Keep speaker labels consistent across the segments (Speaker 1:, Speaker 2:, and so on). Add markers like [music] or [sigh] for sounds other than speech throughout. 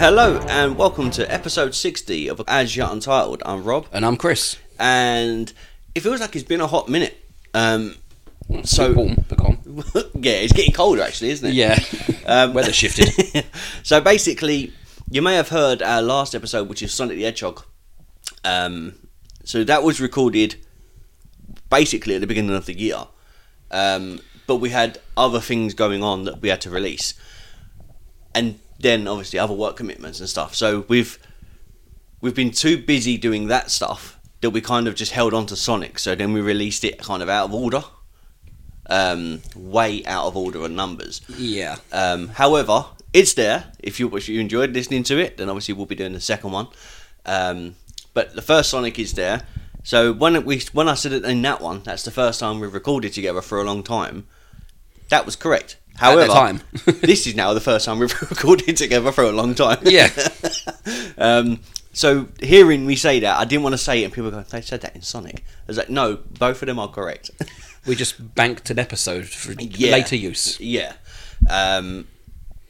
Speaker 1: Hello and welcome to episode 60 of As Yet Untitled. I'm Rob,
Speaker 2: And I'm Chris.
Speaker 1: and it feels like it's been a hot minute. Um, [laughs]
Speaker 2: It's
Speaker 1: So-
Speaker 2: been warm, but gone.
Speaker 1: yeah, it's getting colder actually, isn't it?
Speaker 2: Yeah.
Speaker 1: [laughs] Um, [laughs]
Speaker 2: Weather shifted.
Speaker 1: so basically, you may have heard our last episode, which is Sonic the Hedgehog. Um, so that was recorded basically at the beginning of the year, um, but we had other things going on that we had to release, and then obviously other work commitments and stuff. So we've we've been too busy doing that stuff that we kind of just held on to Sonic. So then we released it kind of out of order, um, way out of order on numbers.
Speaker 2: yeah.
Speaker 1: Um, however, it's there. If you if you enjoyed listening to it, then obviously we'll be doing the second one. Um, but the first Sonic is there. So when it- we when I said it in that one, that's the first time we've recorded together for a long time. That was correct.
Speaker 2: At
Speaker 1: However,
Speaker 2: the time.
Speaker 1: [laughs] this is now the first time we've [laughs] recorded together for a long time.
Speaker 2: Yeah.
Speaker 1: um, so hearing me say that, I didn't want to say it, and people go, "They said that in Sonic." I was like, "No, both of them are
Speaker 2: [laughs]
Speaker 1: correct." [laughs]
Speaker 2: we just banked an episode for
Speaker 1: Yeah.
Speaker 2: later use.
Speaker 1: Yeah. Um,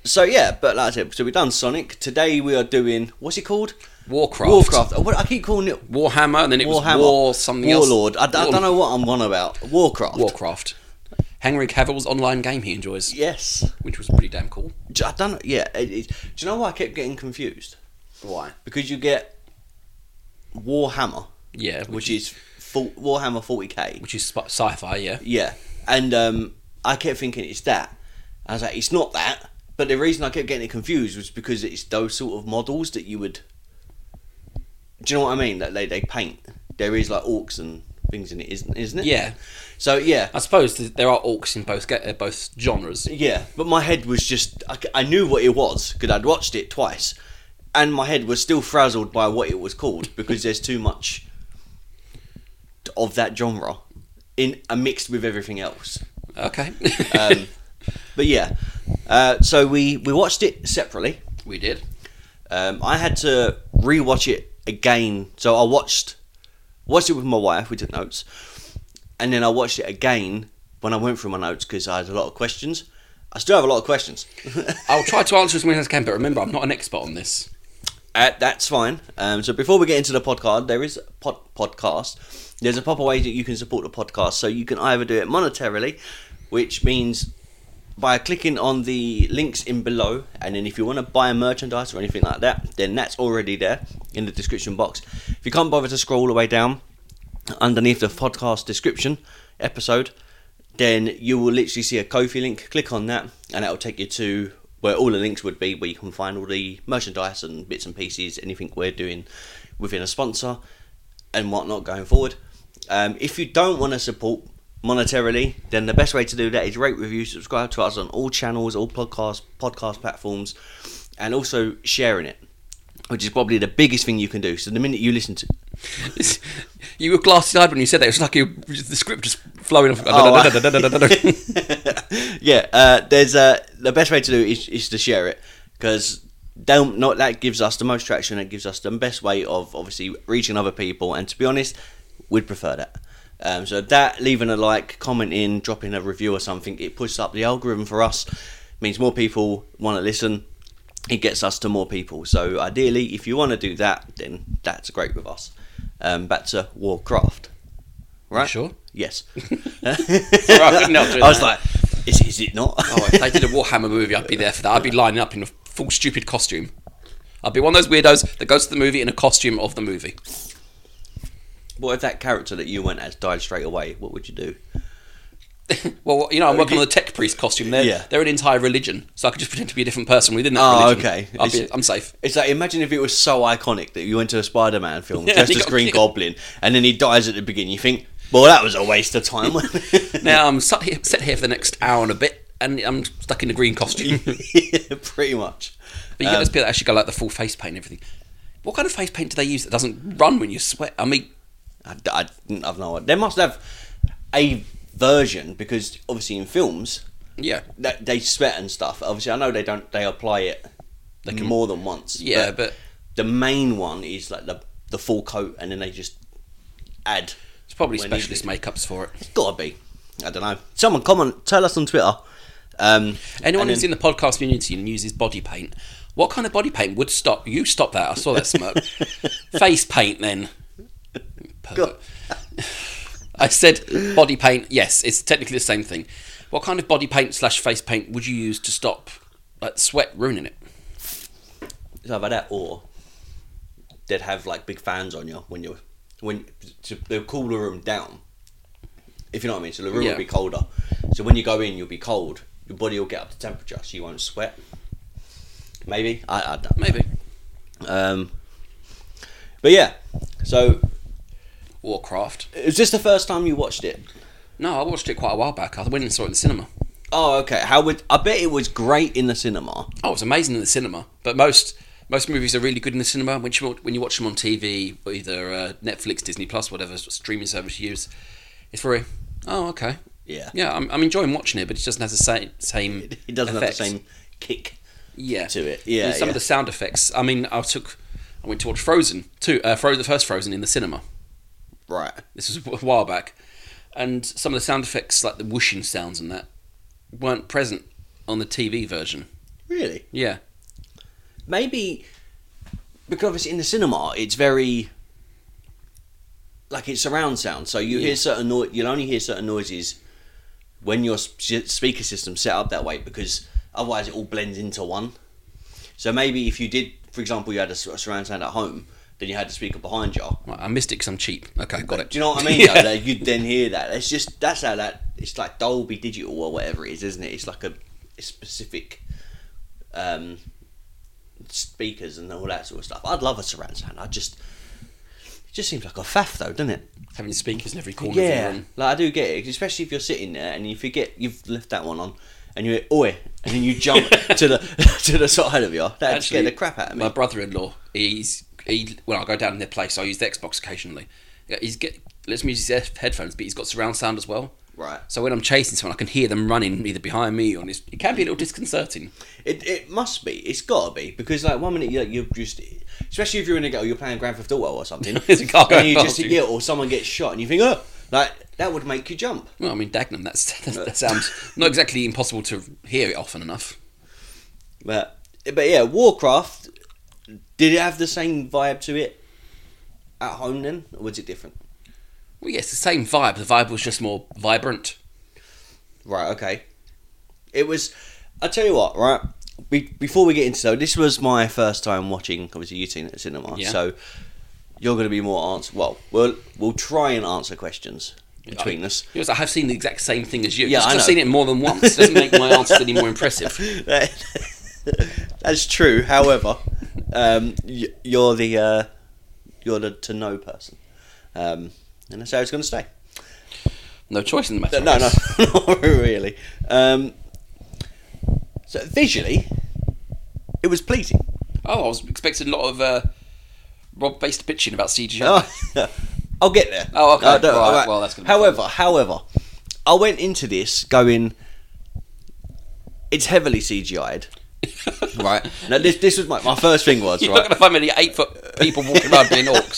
Speaker 1: so yeah, but like I said, so we've done Sonic. Today we are doing what's it called?
Speaker 2: Warcraft.
Speaker 1: Warcraft. Oh, What I keep calling it
Speaker 2: Warhammer, and then it
Speaker 1: Warhammer.
Speaker 2: was War something
Speaker 1: Warlord. I,
Speaker 2: else.
Speaker 1: d- I don't know what I'm on about. Warcraft.
Speaker 2: Warcraft. Henry Cavill's online game he enjoys,
Speaker 1: Yes.
Speaker 2: which was pretty damn cool.
Speaker 1: J- I don't. Yeah. It, it, do you know why I kept getting confused?
Speaker 2: Why?
Speaker 1: Because you get Warhammer,
Speaker 2: Yeah.
Speaker 1: which is full, Warhammer 40k.
Speaker 2: which is sp- sci-fi. Yeah.
Speaker 1: Yeah. And um, I kept thinking it's that. I was like, it's not that. But the reason I kept getting it confused was because it's those sort of models that you would. Do you know what I mean? That they, they paint. There is like orcs and things in it, isn't isn't it?
Speaker 2: Yeah.
Speaker 1: So yeah,
Speaker 2: I suppose th- there are orcs in both ga- uh, both genres.
Speaker 1: yeah. But my head was just I, c- I knew what it was because I'd watched it twice, and my head was still frazzled by what it was called because there's too much of that genre in uh, mixed with everything else.
Speaker 2: Okay.
Speaker 1: um, but yeah, uh, so we we watched it separately.
Speaker 2: [laughs] we did.
Speaker 1: Um, I had to rewatch it again, so I watched watched it with my wife. We took notes, and then I watched it again when I went through my notes because I had a lot of questions. I still have a lot of questions.
Speaker 2: I'll try to answer as many as I can, but remember, I'm not an expert on this.
Speaker 1: Uh, that's fine. Um, so before we get into the podcast, there is a pod- podcast. There's a proper way that you can support the podcast. So you can either do it monetarily, which means by clicking on the links in below, and then if you want to buy merchandise or anything like that, then that's already there in the description box. If you can't bother to scroll all the way down underneath the podcast description episode, then you will literally see a Kofi link. Click on that, and that will take you to where all the links would be, where you can find all the merchandise and bits and pieces, anything we're doing within a sponsor and whatnot going forward. Um, if you don't want to support monetarily, then the best way to do that is rate, review, subscribe to us on all channels, all podcast podcast platforms, and also sharing it, which is probably the biggest thing you can do. So the minute you listen to
Speaker 2: It's- [laughs] you were glassy eyed when you said that. It was like you, the script just flowing
Speaker 1: Oh,
Speaker 2: off.
Speaker 1: [laughs] yeah, uh, there's uh, the best way to do it is, is to share it because don't not that gives us the most traction. It gives us the best way of obviously reaching other people. And to be honest, we'd prefer that. Um, so that leaving a like, commenting, dropping a review or something, it pushes up the algorithm for us. Means more people want to listen. It gets us to more people. So ideally, if you want to do that, then that's great with us. Um, back to Warcraft, right?
Speaker 2: sure?
Speaker 1: Yes.
Speaker 2: I couldn't help doing
Speaker 1: I was
Speaker 2: that.
Speaker 1: like, is, is it not?
Speaker 2: [laughs] Oh,
Speaker 1: [laughs]
Speaker 2: if they did a Warhammer movie, I'd be there for that. I'd be lining up in a full stupid costume. I'd be one of those weirdos that goes to the movie in a costume of the movie.
Speaker 1: what if that character that you went as died straight away? What would you do?
Speaker 2: Well, you know, I'm working on the tech priest costume. They're,
Speaker 1: Oh, Yeah.
Speaker 2: they're an entire religion, so I could just pretend to be a different person within that
Speaker 1: Oh,
Speaker 2: religion.
Speaker 1: okay.
Speaker 2: I'd be,
Speaker 1: It's-
Speaker 2: I'm safe.
Speaker 1: It's like imagine if it was so iconic that you went to a Spider-Man film
Speaker 2: Yeah,
Speaker 1: dressed
Speaker 2: he
Speaker 1: as
Speaker 2: got
Speaker 1: Green
Speaker 2: killed.
Speaker 1: Goblin, and then he dies at the beginning. You think, well, that was a waste of time. [laughs]
Speaker 2: Now I'm sat here, sat here for the next hour and a bit, and I'm stuck in a green costume.
Speaker 1: [laughs]
Speaker 2: but
Speaker 1: pretty much.
Speaker 2: you
Speaker 1: Um,
Speaker 2: get those people that actually go like the full face paint and everything. What kind of face paint do they use that doesn't run when you sweat? I mean,
Speaker 1: I, I, I've no idea. They must have a version because obviously in films
Speaker 2: yeah.
Speaker 1: that they sweat and stuff. Obviously, I know they don't. They apply it like more than once.
Speaker 2: Yeah, but-
Speaker 1: the main one is like the the full coat, and then they just add.
Speaker 2: It's probably
Speaker 1: when
Speaker 2: specialist
Speaker 1: needed.
Speaker 2: makeups for it.
Speaker 1: It's gotta be. I don't know. Someone comment. Tell us on Twitter Um,
Speaker 2: Anyone
Speaker 1: and
Speaker 2: who's
Speaker 1: then-
Speaker 2: in the podcast community and uses body paint, what kind of body paint would stop you? Stop that! I saw
Speaker 1: [laughs]
Speaker 2: that smoke. Face paint, then. Pervert. I said body paint. Yes, it's technically the same thing. What kind of body paint slash face paint would you use to stop like, sweat ruining it?
Speaker 1: It's either that or they'd have like big fans on you when you're when to, they'll cool the room down. If you know what I mean, so the room
Speaker 2: Yeah.
Speaker 1: will be colder. So when you go in, you'll be cold. Your body will get up to temperature, so you won't sweat. Maybe I, I don't. know.
Speaker 2: Maybe
Speaker 1: Um, but yeah, so
Speaker 2: Warcraft.
Speaker 1: is this the first time you watched it?
Speaker 2: No, I watched it quite a while back. I went and saw it in the cinema.
Speaker 1: Oh, okay. How would I bet it was great in the cinema?
Speaker 2: Oh, it's amazing in the cinema. But most most movies are really good in the cinema. When you when you watch them on TV, either uh, Netflix, Disney Plus, whatever streaming service you use, it's very oh okay.
Speaker 1: Yeah,
Speaker 2: Yeah, I'm, I'm enjoying watching it, but it doesn't have the same same.
Speaker 1: [laughs] it doesn't
Speaker 2: effects.
Speaker 1: have the same kick.
Speaker 2: yeah
Speaker 1: to it. Yeah,
Speaker 2: And some
Speaker 1: yeah.
Speaker 2: of the sound effects. I mean, I took I went to watch Frozen too. Uh, Frozen, the first Frozen in the cinema.
Speaker 1: Right.
Speaker 2: This was a while back, and some of the sound effects, like the whooshing sounds and that, weren't present on the TV version.
Speaker 1: Really.
Speaker 2: Yeah,
Speaker 1: maybe because obviously in the cinema it's very like it's surround sound so you hear certain no- you'll only hear certain noises when your s- speaker system's set up that way because otherwise it all blends into one so maybe if you did for example you had a, s- a surround sound at home then you had the speaker behind you
Speaker 2: Right, I missed it because I'm cheap. Okay, got it.
Speaker 1: do you know what I
Speaker 2: [laughs]
Speaker 1: mean?
Speaker 2: Yeah.
Speaker 1: Though, that you'd then hear that. It's just that's how that it's like Dolby Digital or whatever it is, isn't it? It's like a, a specific um, speakers and all that sort of stuff. I'd love a surround sound. I just it just seems like a faff though, doesn't it?
Speaker 2: Having speakers in every corner of the
Speaker 1: Yeah,
Speaker 2: room.
Speaker 1: like I do get it, especially if you're sitting there and you forget you've left that one on, and you oi, and then you
Speaker 2: [laughs]
Speaker 1: jump to the [laughs] to the side of you. That would scare the crap out of me.
Speaker 2: My brother-in-law, he's he. When I go down to their place, I use the Xbox occasionally. Yeah, He's get lets me use his he- headphones, but he's got surround sound as well.
Speaker 1: Right.
Speaker 2: So when I'm chasing someone, I can hear them running either behind me or on his. It can be a little disconcerting.
Speaker 1: It, it must be. It's got to be because like one minute you're, you're just, especially if you're in a go, you're playing Grand Theft Auto or
Speaker 2: [laughs]
Speaker 1: something,
Speaker 2: There's a car
Speaker 1: and you
Speaker 2: going
Speaker 1: just
Speaker 2: past you.
Speaker 1: yeah, or someone gets shot and you think oh, like that would make you jump.
Speaker 2: Well, I mean, Dagnum, that's [laughs] that, that sounds not exactly impossible to hear it often enough.
Speaker 1: But but yeah, Warcraft did it have the same vibe to it at home then, or was it different?
Speaker 2: Well, yeah, it's the same vibe. The vibe was just more vibrant.
Speaker 1: Right. Okay. It was. I tell you what. Right. Be, before we get into so this was my first time watching. Obviously, you've seen it at cinema,
Speaker 2: Yeah.
Speaker 1: so you're going to be more answer. Well, we'll we'll try and answer questions between us.
Speaker 2: Yes, I have seen the exact same thing as you.
Speaker 1: Yeah,
Speaker 2: Just 'cause
Speaker 1: I
Speaker 2: I've
Speaker 1: know.
Speaker 2: seen it more than once doesn't make my answers any more impressive.
Speaker 1: [laughs] That's true. However, um, y- you're the uh, you're the to know person, um, and that's how it's going to stay.
Speaker 2: No choice in the matter.
Speaker 1: No,
Speaker 2: I
Speaker 1: no, [laughs]
Speaker 2: guess.
Speaker 1: not really. Um, so visually, it was pleasing.
Speaker 2: Oh, I was expecting a lot of uh, Rob-based bitching about CGI. [laughs]
Speaker 1: Oh, [laughs] I'll get there.
Speaker 2: Oh, okay.
Speaker 1: I don't-
Speaker 2: All right.
Speaker 1: alright.
Speaker 2: Well, that's gonna be
Speaker 1: however, however, I went into this going. It's heavily CGI'd.
Speaker 2: [laughs]
Speaker 1: Right. Now this this was my, my first thing was
Speaker 2: You're
Speaker 1: right.
Speaker 2: not going to find many eight-foot people walking around being
Speaker 1: [laughs]
Speaker 2: orcs.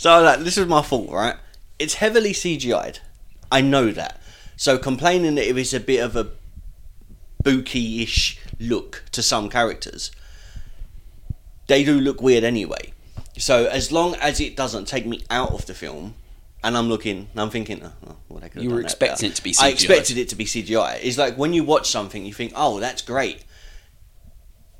Speaker 1: so I was like, this is my fault, right? It's heavily CGI'd. I know that. So complaining that it was a bit of a booky-ish look to some characters, they do look weird anyway. So as long as it doesn't take me out of the film, and I'm looking, and I'm thinking, oh, well, well, they could have
Speaker 2: You
Speaker 1: done
Speaker 2: were
Speaker 1: that better."
Speaker 2: expecting it to be
Speaker 1: I
Speaker 2: CGI.
Speaker 1: expected it to be CGI. It's like when you watch something, you think, oh, that's great,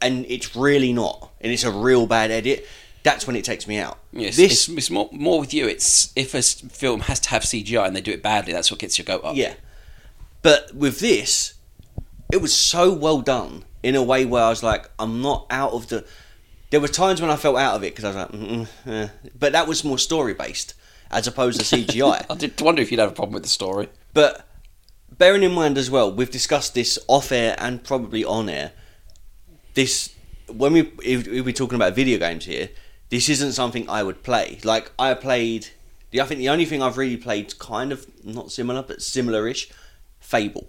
Speaker 1: and it's really not, and it's a real bad edit. That's when it takes me out.
Speaker 2: Yes,
Speaker 1: this
Speaker 2: it's, it's more, more with you. It's if a s- film has to have CGI and they do it badly, that's what gets your goat [laughs] up.
Speaker 1: Yeah. But with this, it was so well done in a way where I was like, I'm not out of the. There were times when I felt out of it because I was like, mm eh. but that was more story based as opposed to CGI.
Speaker 2: I did wonder if you'd have a problem with the story.
Speaker 1: But bearing in mind as well, we've discussed this off air and probably on air. This when we if, if we're talking about video games here, this isn't something I would play. Like I played, the, I think the only thing I've really played, kind of not similar but similar-ish, Fable,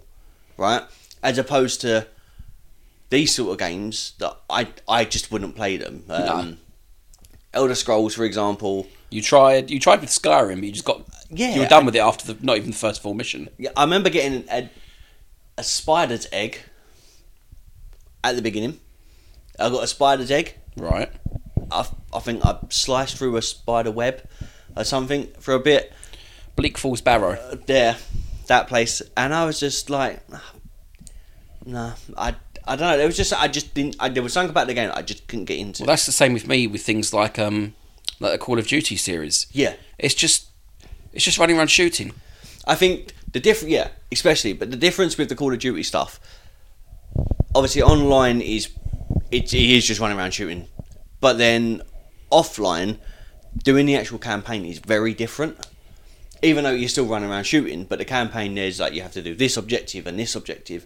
Speaker 1: right? As opposed to these sort of games that I I just wouldn't play them. Um, Elder Scrolls, for example.
Speaker 2: You tried. You tried with Skyrim, but you just got.
Speaker 1: Yeah,
Speaker 2: you were done with it after the, not even the first full mission.
Speaker 1: Yeah, I remember getting a, a spider's egg at the beginning. I got a spider's egg.
Speaker 2: Right.
Speaker 1: I, I think I sliced through a spider web or something for a bit
Speaker 2: Bleak Falls Barrow.
Speaker 1: there, that place, and I was just like, nah, I, I don't know. It was just I just didn't. I, there was something about the game I just couldn't get into.
Speaker 2: Well, that's the same with me with things like um, like the Call of Duty series.
Speaker 1: yeah,
Speaker 2: It's just, it's just running around shooting.
Speaker 1: I think the difference, yeah, especially, but the difference with the Call of Duty stuff, obviously online is it, it is just running around shooting, but then offline, doing the actual campaign is very different. Even though you're still running around shooting, but the campaign there's like you have to do this objective and this objective.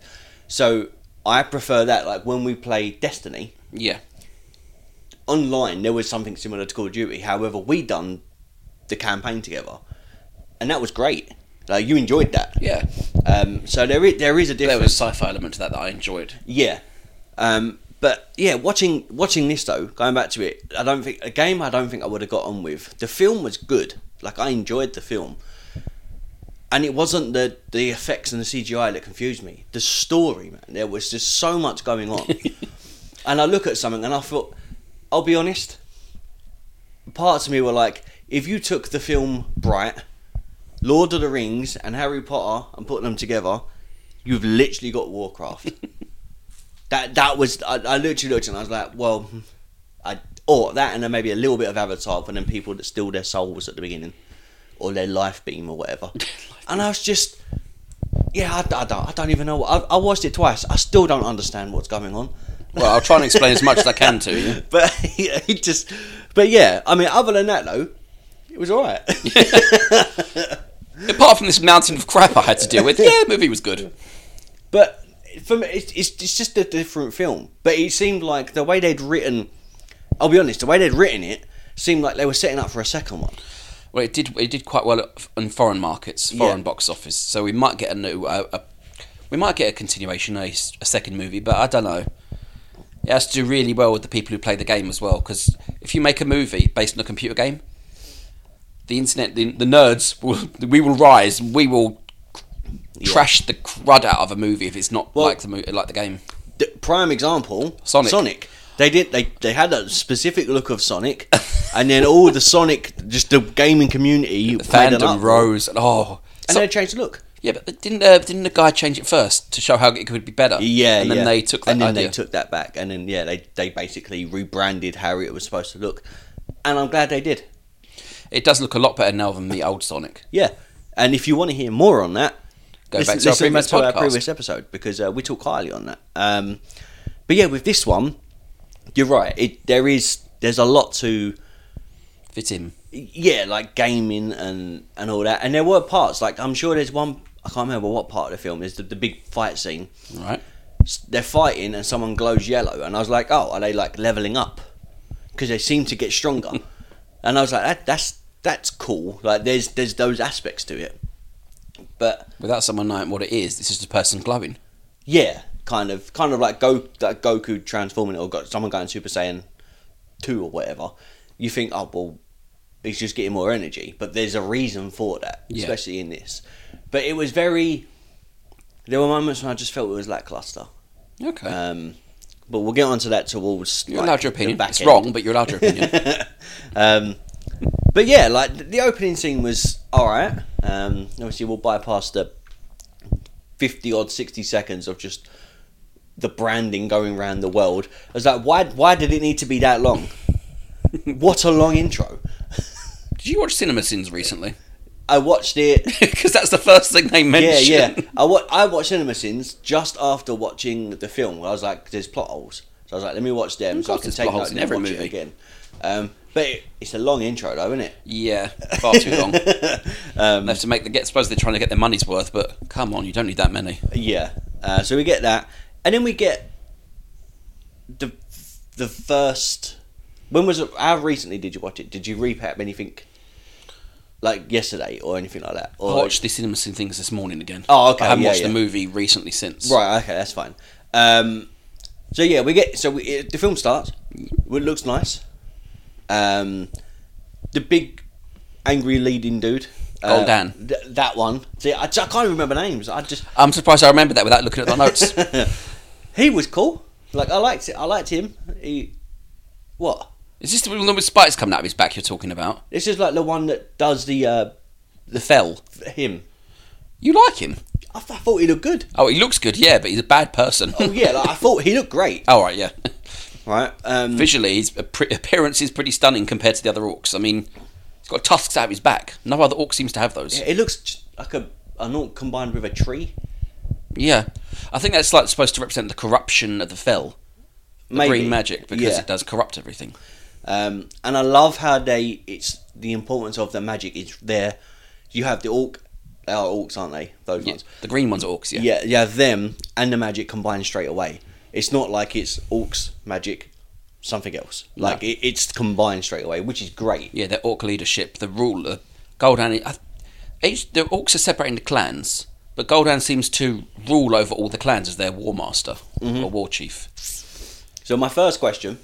Speaker 1: So I prefer that. Like when we play Destiny
Speaker 2: Yeah.
Speaker 1: online, there was something similar to Call of Duty. However, we done the campaign together, and that was great. Like you enjoyed that.
Speaker 2: Yeah.
Speaker 1: Um, so there is there is a
Speaker 2: There
Speaker 1: difference.
Speaker 2: was a sci-fi element to that that I enjoyed.
Speaker 1: yeah. Um, but yeah, watching watching this though, going back to it, I don't think a game I don't think I would have got on with. The film was good. Like I enjoyed the film. And it wasn't the the effects and the CGI that confused me. The story, man, there was just so much going on. and I look at something and I thought, I'll be honest, parts of me were like, if you took the film Bright, Lord of the Rings, and Harry Potter and put them together, you've literally got Warcraft. that that was I, I literally looked and I was like, well, I or that and then maybe a little bit of Avatar, and then people that steal their souls at the beginning, or their life beam or whatever. and I was just. Yeah, I, I don't. I don't even know. what- I, I watched it twice. I still don't understand what's going on
Speaker 2: Well, I'll try and explain as much as I can
Speaker 1: [laughs]
Speaker 2: to you.
Speaker 1: but yeah, he just, but yeah, I mean, other than that though, it was all right.
Speaker 2: Apart from this mountain of crap I had to deal with, yeah, the movie was good.
Speaker 1: [laughs] but for me, it's, it's it's just a different film. But it seemed like the way they'd written, I'll be honest, the way they'd written it seemed like they were setting up for a second one.
Speaker 2: Well, it did. It did quite well at- in foreign markets, foreign
Speaker 1: Yeah.
Speaker 2: box office. So we might get a new, uh, a, we might get a continuation, a, s- a second movie. But I don't know. It has to do really well with the people who play the game as well. Because if you make a movie based on a computer game, the internet, the, the nerds, will, we will rise. and We will trash the crud out of a movie if it's not
Speaker 1: Well-
Speaker 2: like the mo- like the game.
Speaker 1: The prime example,
Speaker 2: Sonic.
Speaker 1: They did. They they had a specific look of Sonic, [laughs] and then all the Sonic, just the gaming community,
Speaker 2: The
Speaker 1: played an
Speaker 2: fandom
Speaker 1: uproar.
Speaker 2: rose and oh.
Speaker 1: and
Speaker 2: so-
Speaker 1: they changed the look.
Speaker 2: yeah, but didn't uh, didn't the guy change it first to show how it could be better?
Speaker 1: Yeah,
Speaker 2: and then
Speaker 1: yeah.
Speaker 2: they took that
Speaker 1: and then
Speaker 2: idea.
Speaker 1: they took that back, and then yeah, they they basically rebranded how it was supposed to look, and I'm glad they did.
Speaker 2: It does look a lot better now than the old Sonic.
Speaker 1: Yeah, and if you want to hear more on that,
Speaker 2: Go back to our previous
Speaker 1: to our
Speaker 2: podcast.
Speaker 1: previous episode because uh, we talk highly on that. Um, but yeah, with this one, you're right. It there is there's a lot to
Speaker 2: Fit in.
Speaker 1: yeah, like gaming and and all that, and there were parts like I'm sure there's one I can't remember what part of the film is the, the big fight scene.
Speaker 2: Right.
Speaker 1: s- they're fighting and someone glows yellow and i was like oh are they like leveling up because they seem to get stronger [laughs] and i was like that, that's that's cool like there's there's those aspects to it but
Speaker 2: Without someone knowing what it is, this is the person glowing.
Speaker 1: yeah kind of kind of like go like goku transforming or got someone going super saiyan 2 or whatever you think oh well he's just getting more energy but there's a reason for that
Speaker 2: Yeah.
Speaker 1: especially in this but it was very there were moments when i just felt it was lackluster
Speaker 2: Okay.
Speaker 1: Um, but we'll get onto that towards.
Speaker 2: you're
Speaker 1: like,
Speaker 2: allowed your
Speaker 1: the
Speaker 2: opinion.
Speaker 1: back
Speaker 2: It's
Speaker 1: end.
Speaker 2: wrong, but you're allowed your
Speaker 1: [laughs]
Speaker 2: opinion.
Speaker 1: Um, but yeah, like th- the opening scene was all right. Um, obviously, we'll bypass the fifty odd sixty seconds of just the branding going around the world. I was like, why? Why did it need to be that
Speaker 2: [laughs]
Speaker 1: long? what a long intro!
Speaker 2: Did you watch Cinema Sins recently? [laughs]
Speaker 1: I watched it.
Speaker 2: Because that's the first thing they
Speaker 1: Yeah,
Speaker 2: mention.
Speaker 1: yeah. I wa- I watched CinemaSins just after watching the film. I was like, there's plot holes, so I was like, let me watch them
Speaker 2: Of
Speaker 1: so I
Speaker 2: course
Speaker 1: can
Speaker 2: there's
Speaker 1: take
Speaker 2: plot
Speaker 1: notes
Speaker 2: holes in
Speaker 1: and
Speaker 2: every
Speaker 1: watch it
Speaker 2: movie.
Speaker 1: again. Um, but it, it's a long intro, though, isn't it?
Speaker 2: Yeah, far too
Speaker 1: [laughs]
Speaker 2: long.
Speaker 1: Um,
Speaker 2: they have to make the get. Suppose they're trying to get their money's worth, but come on, you don't need that many.
Speaker 1: Yeah. Uh, so we get that, and then we get the the first. When was it? How recently did you watch it? Did you recap anything? Like yesterday or anything like that?
Speaker 2: I
Speaker 1: Or
Speaker 2: watched the Cinema Sin things this morning again.
Speaker 1: Oh, okay,
Speaker 2: I haven't
Speaker 1: yeah,
Speaker 2: watched
Speaker 1: yeah.
Speaker 2: the movie recently since.
Speaker 1: Right. Okay, that's fine. Um, so yeah, we get so we, it, the film starts. It looks nice. Um, the big angry leading dude. Uh,
Speaker 2: Goldan.
Speaker 1: th- that one. See, I, ju- I can't remember names. I just
Speaker 2: I'm surprised I remembered that without looking at
Speaker 1: [laughs]
Speaker 2: the notes.
Speaker 1: he was cool. Like I liked it. I liked him. He what?
Speaker 2: Is this the one with spikes coming out of his back you're talking about?
Speaker 1: This is like the one that does the uh,
Speaker 2: The fell.
Speaker 1: him.
Speaker 2: You like him?
Speaker 1: I, th- I thought he looked
Speaker 2: [laughs]
Speaker 1: good.
Speaker 2: Oh, he looks good, yeah, but he's a bad person.
Speaker 1: Oh yeah, like, I thought he looked great.
Speaker 2: [laughs] All right, yeah. [laughs]
Speaker 1: Right. Um,
Speaker 2: Visually, his ap- appearance is pretty stunning compared to the other orcs. I mean, he's got tusks out of his back. No other orc seems to have those.
Speaker 1: yeah, it looks j- like a an orc combined with a tree.
Speaker 2: Yeah, I think that's like supposed to represent the corruption of the fell, the
Speaker 1: Maybe.
Speaker 2: green magic, because
Speaker 1: Yeah.
Speaker 2: it does corrupt everything.
Speaker 1: Um, and I love how they it's the importance of the magic is there. You have the orc. They are orcs, aren't they? Those
Speaker 2: Yeah.
Speaker 1: ones.
Speaker 2: The green ones are orcs, yeah.
Speaker 1: Yeah, yeah, them and the magic combined straight away. It's not like it's orcs magic, something else. Like it, it's combined straight away, which is great.
Speaker 2: Yeah, their orc leadership, the ruler, Goldan. I, each, the orcs are separated into clans, but Goldan seems to rule over all the clans as their war master
Speaker 1: Mm-hmm.
Speaker 2: or war chief.
Speaker 1: So my first question,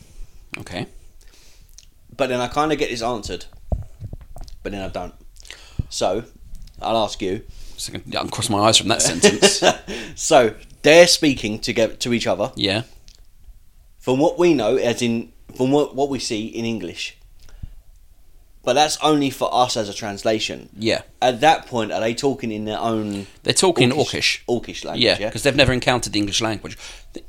Speaker 2: Okay.
Speaker 1: but then I kind of get this answered, but then I don't. So I'll ask
Speaker 2: [laughs]
Speaker 1: you. [laughs]
Speaker 2: So I can cross my eyes from that sentence.
Speaker 1: so they're speaking together to each other.
Speaker 2: yeah.
Speaker 1: from what we know, as in from what, what we see in English. But that's only for us as a translation.
Speaker 2: Yeah.
Speaker 1: At that point, are they talking in their own
Speaker 2: They're talking orcish.
Speaker 1: Orcish language?
Speaker 2: Yeah,
Speaker 1: Yeah,
Speaker 2: because they've never encountered the English language. Th-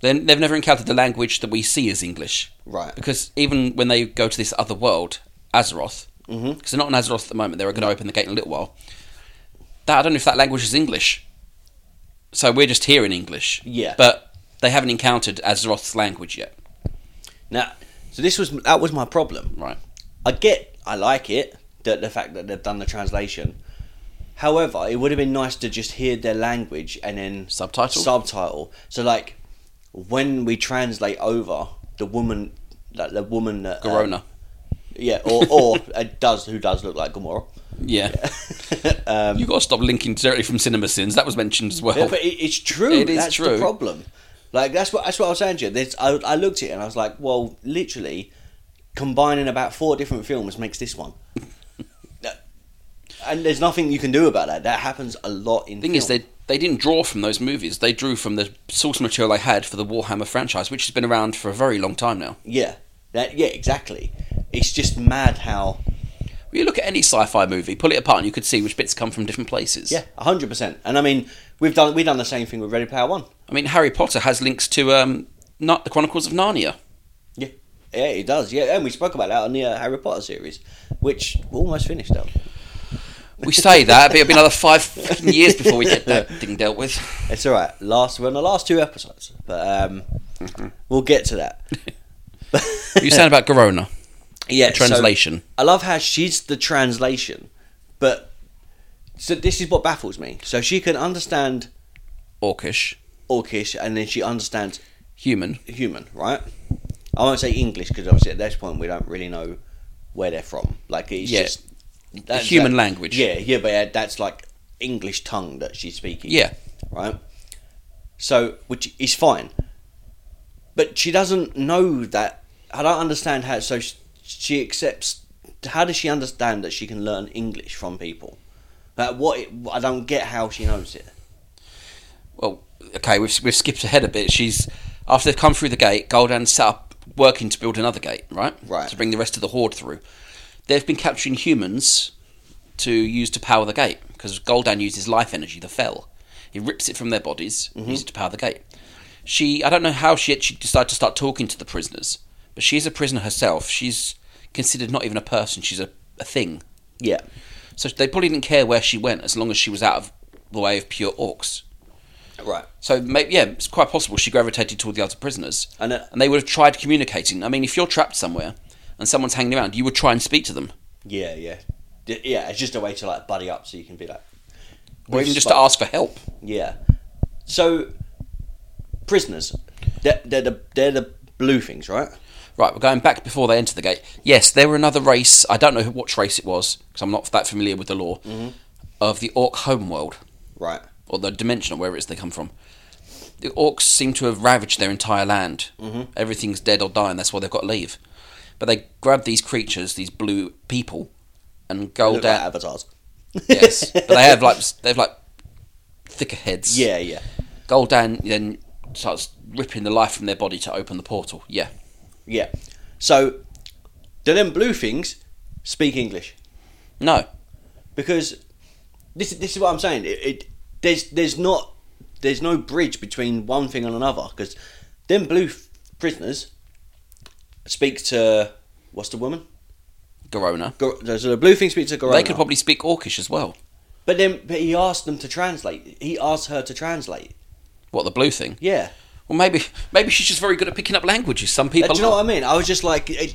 Speaker 2: Then they've never encountered the language that we see as English.
Speaker 1: Right.
Speaker 2: Because even when they go to this other world, Azeroth, because Hmm?
Speaker 1: Mm-hmm.
Speaker 2: they're not in Azeroth at the moment, they're going to open the gate in a little while. That I don't know if that language is English. So we're just here in English.
Speaker 1: Yeah.
Speaker 2: But they haven't encountered Azeroth's language yet.
Speaker 1: Now, so this was that was my problem.
Speaker 2: Right.
Speaker 1: I get, I like it that the fact that they've done the translation. However, it would have been nice to just hear their language and then
Speaker 2: Subtitle?
Speaker 1: Subtitle. So, like when we translate over the woman, like the woman that um,
Speaker 2: Garona.
Speaker 1: yeah, or or it does who does look like [laughs] Um, Gamora.
Speaker 2: yeah. you got to stop linking directly from Cinema Sins. That was mentioned as well.
Speaker 1: Yeah, but it, it's true.
Speaker 2: It is
Speaker 1: that's
Speaker 2: true.
Speaker 1: the problem. Like that's what that's what I was saying to you. There's, I, I looked at it and I was like, well, literally combining about four different films makes this
Speaker 2: [laughs]
Speaker 1: one. That- and there's nothing you can do about that. That happens a lot in.
Speaker 2: The thing is, they they didn't draw from those movies. They drew from the source material they had for the Warhammer franchise, which has been around for a very long time now.
Speaker 1: yeah, that yeah, exactly. It's just mad how
Speaker 2: When you look at any sci-fi movie, pull it apart, and you could see which bits come from different places.
Speaker 1: yeah, hundred percent. And I mean, we've done we've done the same thing with Ready Player One.
Speaker 2: I mean, Harry Potter has links to um, not the Chronicles of Narnia.
Speaker 1: Yeah, yeah, it does. Yeah, and we spoke about that on the uh, Harry Potter series, which we're almost finished up.
Speaker 2: We say that, but it'll be another five fucking years before we get that thing dealt with.
Speaker 1: It's all right. Last we're on the last two episodes, but um, we'll get to that.
Speaker 2: Mm-hmm. [laughs] You saying about Garona
Speaker 1: [laughs] yeah, so
Speaker 2: translation?
Speaker 1: I love how she's the translation, but so this is what baffles me. So she can understand
Speaker 2: Orcish,
Speaker 1: Orcish, and then she understands
Speaker 2: human.
Speaker 1: human, right? I won't say English because obviously at this point we don't really know where they're from. Like it's
Speaker 2: Yeah.
Speaker 1: just that's
Speaker 2: human
Speaker 1: like-
Speaker 2: language.
Speaker 1: Yeah, yeah, but uh, that's like English tongue that she's speaking.
Speaker 2: Yeah.
Speaker 1: right? So which is fine, but she doesn't know that. I don't understand how. So sh- she accepts. How does she understand that she can learn English from people? Like what? It, I don't get how she knows it.
Speaker 2: well, okay, we've, we've skipped ahead a bit. She's after they've come through the gate. Goldan's set up working to build another gate, right?
Speaker 1: Right.
Speaker 2: To bring the rest of the horde through. They've been capturing humans to use to power the gate because Goldan uses life energy, the fell. He rips it from their bodies, and uses it to power the gate. She, I don't know how she actually decided to start talking to the prisoners, but she is a prisoner herself. She's considered not even a person; she's a, a thing.
Speaker 1: Yeah,
Speaker 2: So they probably didn't care where she went as long as she was out of the way of pure orcs.
Speaker 1: right.
Speaker 2: So maybe yeah, it's quite possible she gravitated toward the other prisoners,
Speaker 1: And uh,
Speaker 2: and they would have tried communicating. I mean, if you're trapped somewhere and someone's hanging around, you would try and speak to them,
Speaker 1: yeah, yeah, D- yeah. It's just a way to like buddy up, so you can be like,
Speaker 2: or
Speaker 1: We've
Speaker 2: even just
Speaker 1: spoke-
Speaker 2: to ask for help.
Speaker 1: Yeah. So prisoners, they're, they're the they're the blue things, right?
Speaker 2: Right, we're going back before they enter the gate. Yes, there were another race. I don't know which race it was because I'm not that familiar with the law of the orc homeworld
Speaker 1: Right.
Speaker 2: or the dimension or wherever it is they come from. The orcs seem to have ravaged their entire land. Mm-hmm. Everything's dead or dying. That's why they've got to leave. But they grab these creatures, these blue people, and gold
Speaker 1: Look like
Speaker 2: down.
Speaker 1: avatars. [laughs]
Speaker 2: yes, but they have like s- they have like thicker heads.
Speaker 1: Yeah, yeah.
Speaker 2: Goldan then starts ripping the life from their body to open the portal. Yeah.
Speaker 1: Yeah. So, do them blue things speak English?
Speaker 2: No.
Speaker 1: Because this this is what I'm saying. It, it there's there's not there's no bridge between one thing and another because them blue f- prisoners speak to what's the woman?
Speaker 2: Garona.
Speaker 1: Gor- so the blue thing speaks to Gorona.
Speaker 2: They could probably speak Orcish as well.
Speaker 1: but then but he asked them to translate. He asked her to translate.
Speaker 2: What the blue thing?
Speaker 1: Yeah.
Speaker 2: Well, maybe maybe she's just very good at picking up languages. Some
Speaker 1: Uh,
Speaker 2: people
Speaker 1: Do you know
Speaker 2: are.
Speaker 1: what I mean? I was just like, it,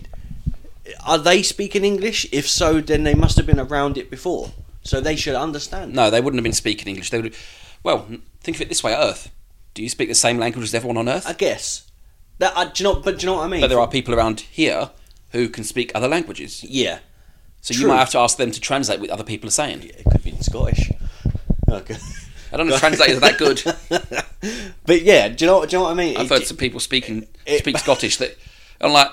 Speaker 1: are they speaking English? If so, then they must have been around it before, so they should understand.
Speaker 2: No, they wouldn't have been speaking English. They would. Well, n- think of it this way: Earth. Do you speak the same language as everyone on Earth?
Speaker 1: I guess that. I, do you know? But do you know what I mean?
Speaker 2: But there are people around here who can speak other languages.
Speaker 1: Yeah.
Speaker 2: So you
Speaker 1: True.
Speaker 2: might have to ask them to translate what other people are saying.
Speaker 1: Yeah, It could be in Scottish. Okay. [laughs]
Speaker 2: I don't know if [laughs] translators are that good.
Speaker 1: but yeah, do you know? Do you know what I mean?
Speaker 2: I've
Speaker 1: It-
Speaker 2: heard some people speaking
Speaker 1: it-
Speaker 2: speak Scottish that I'm like,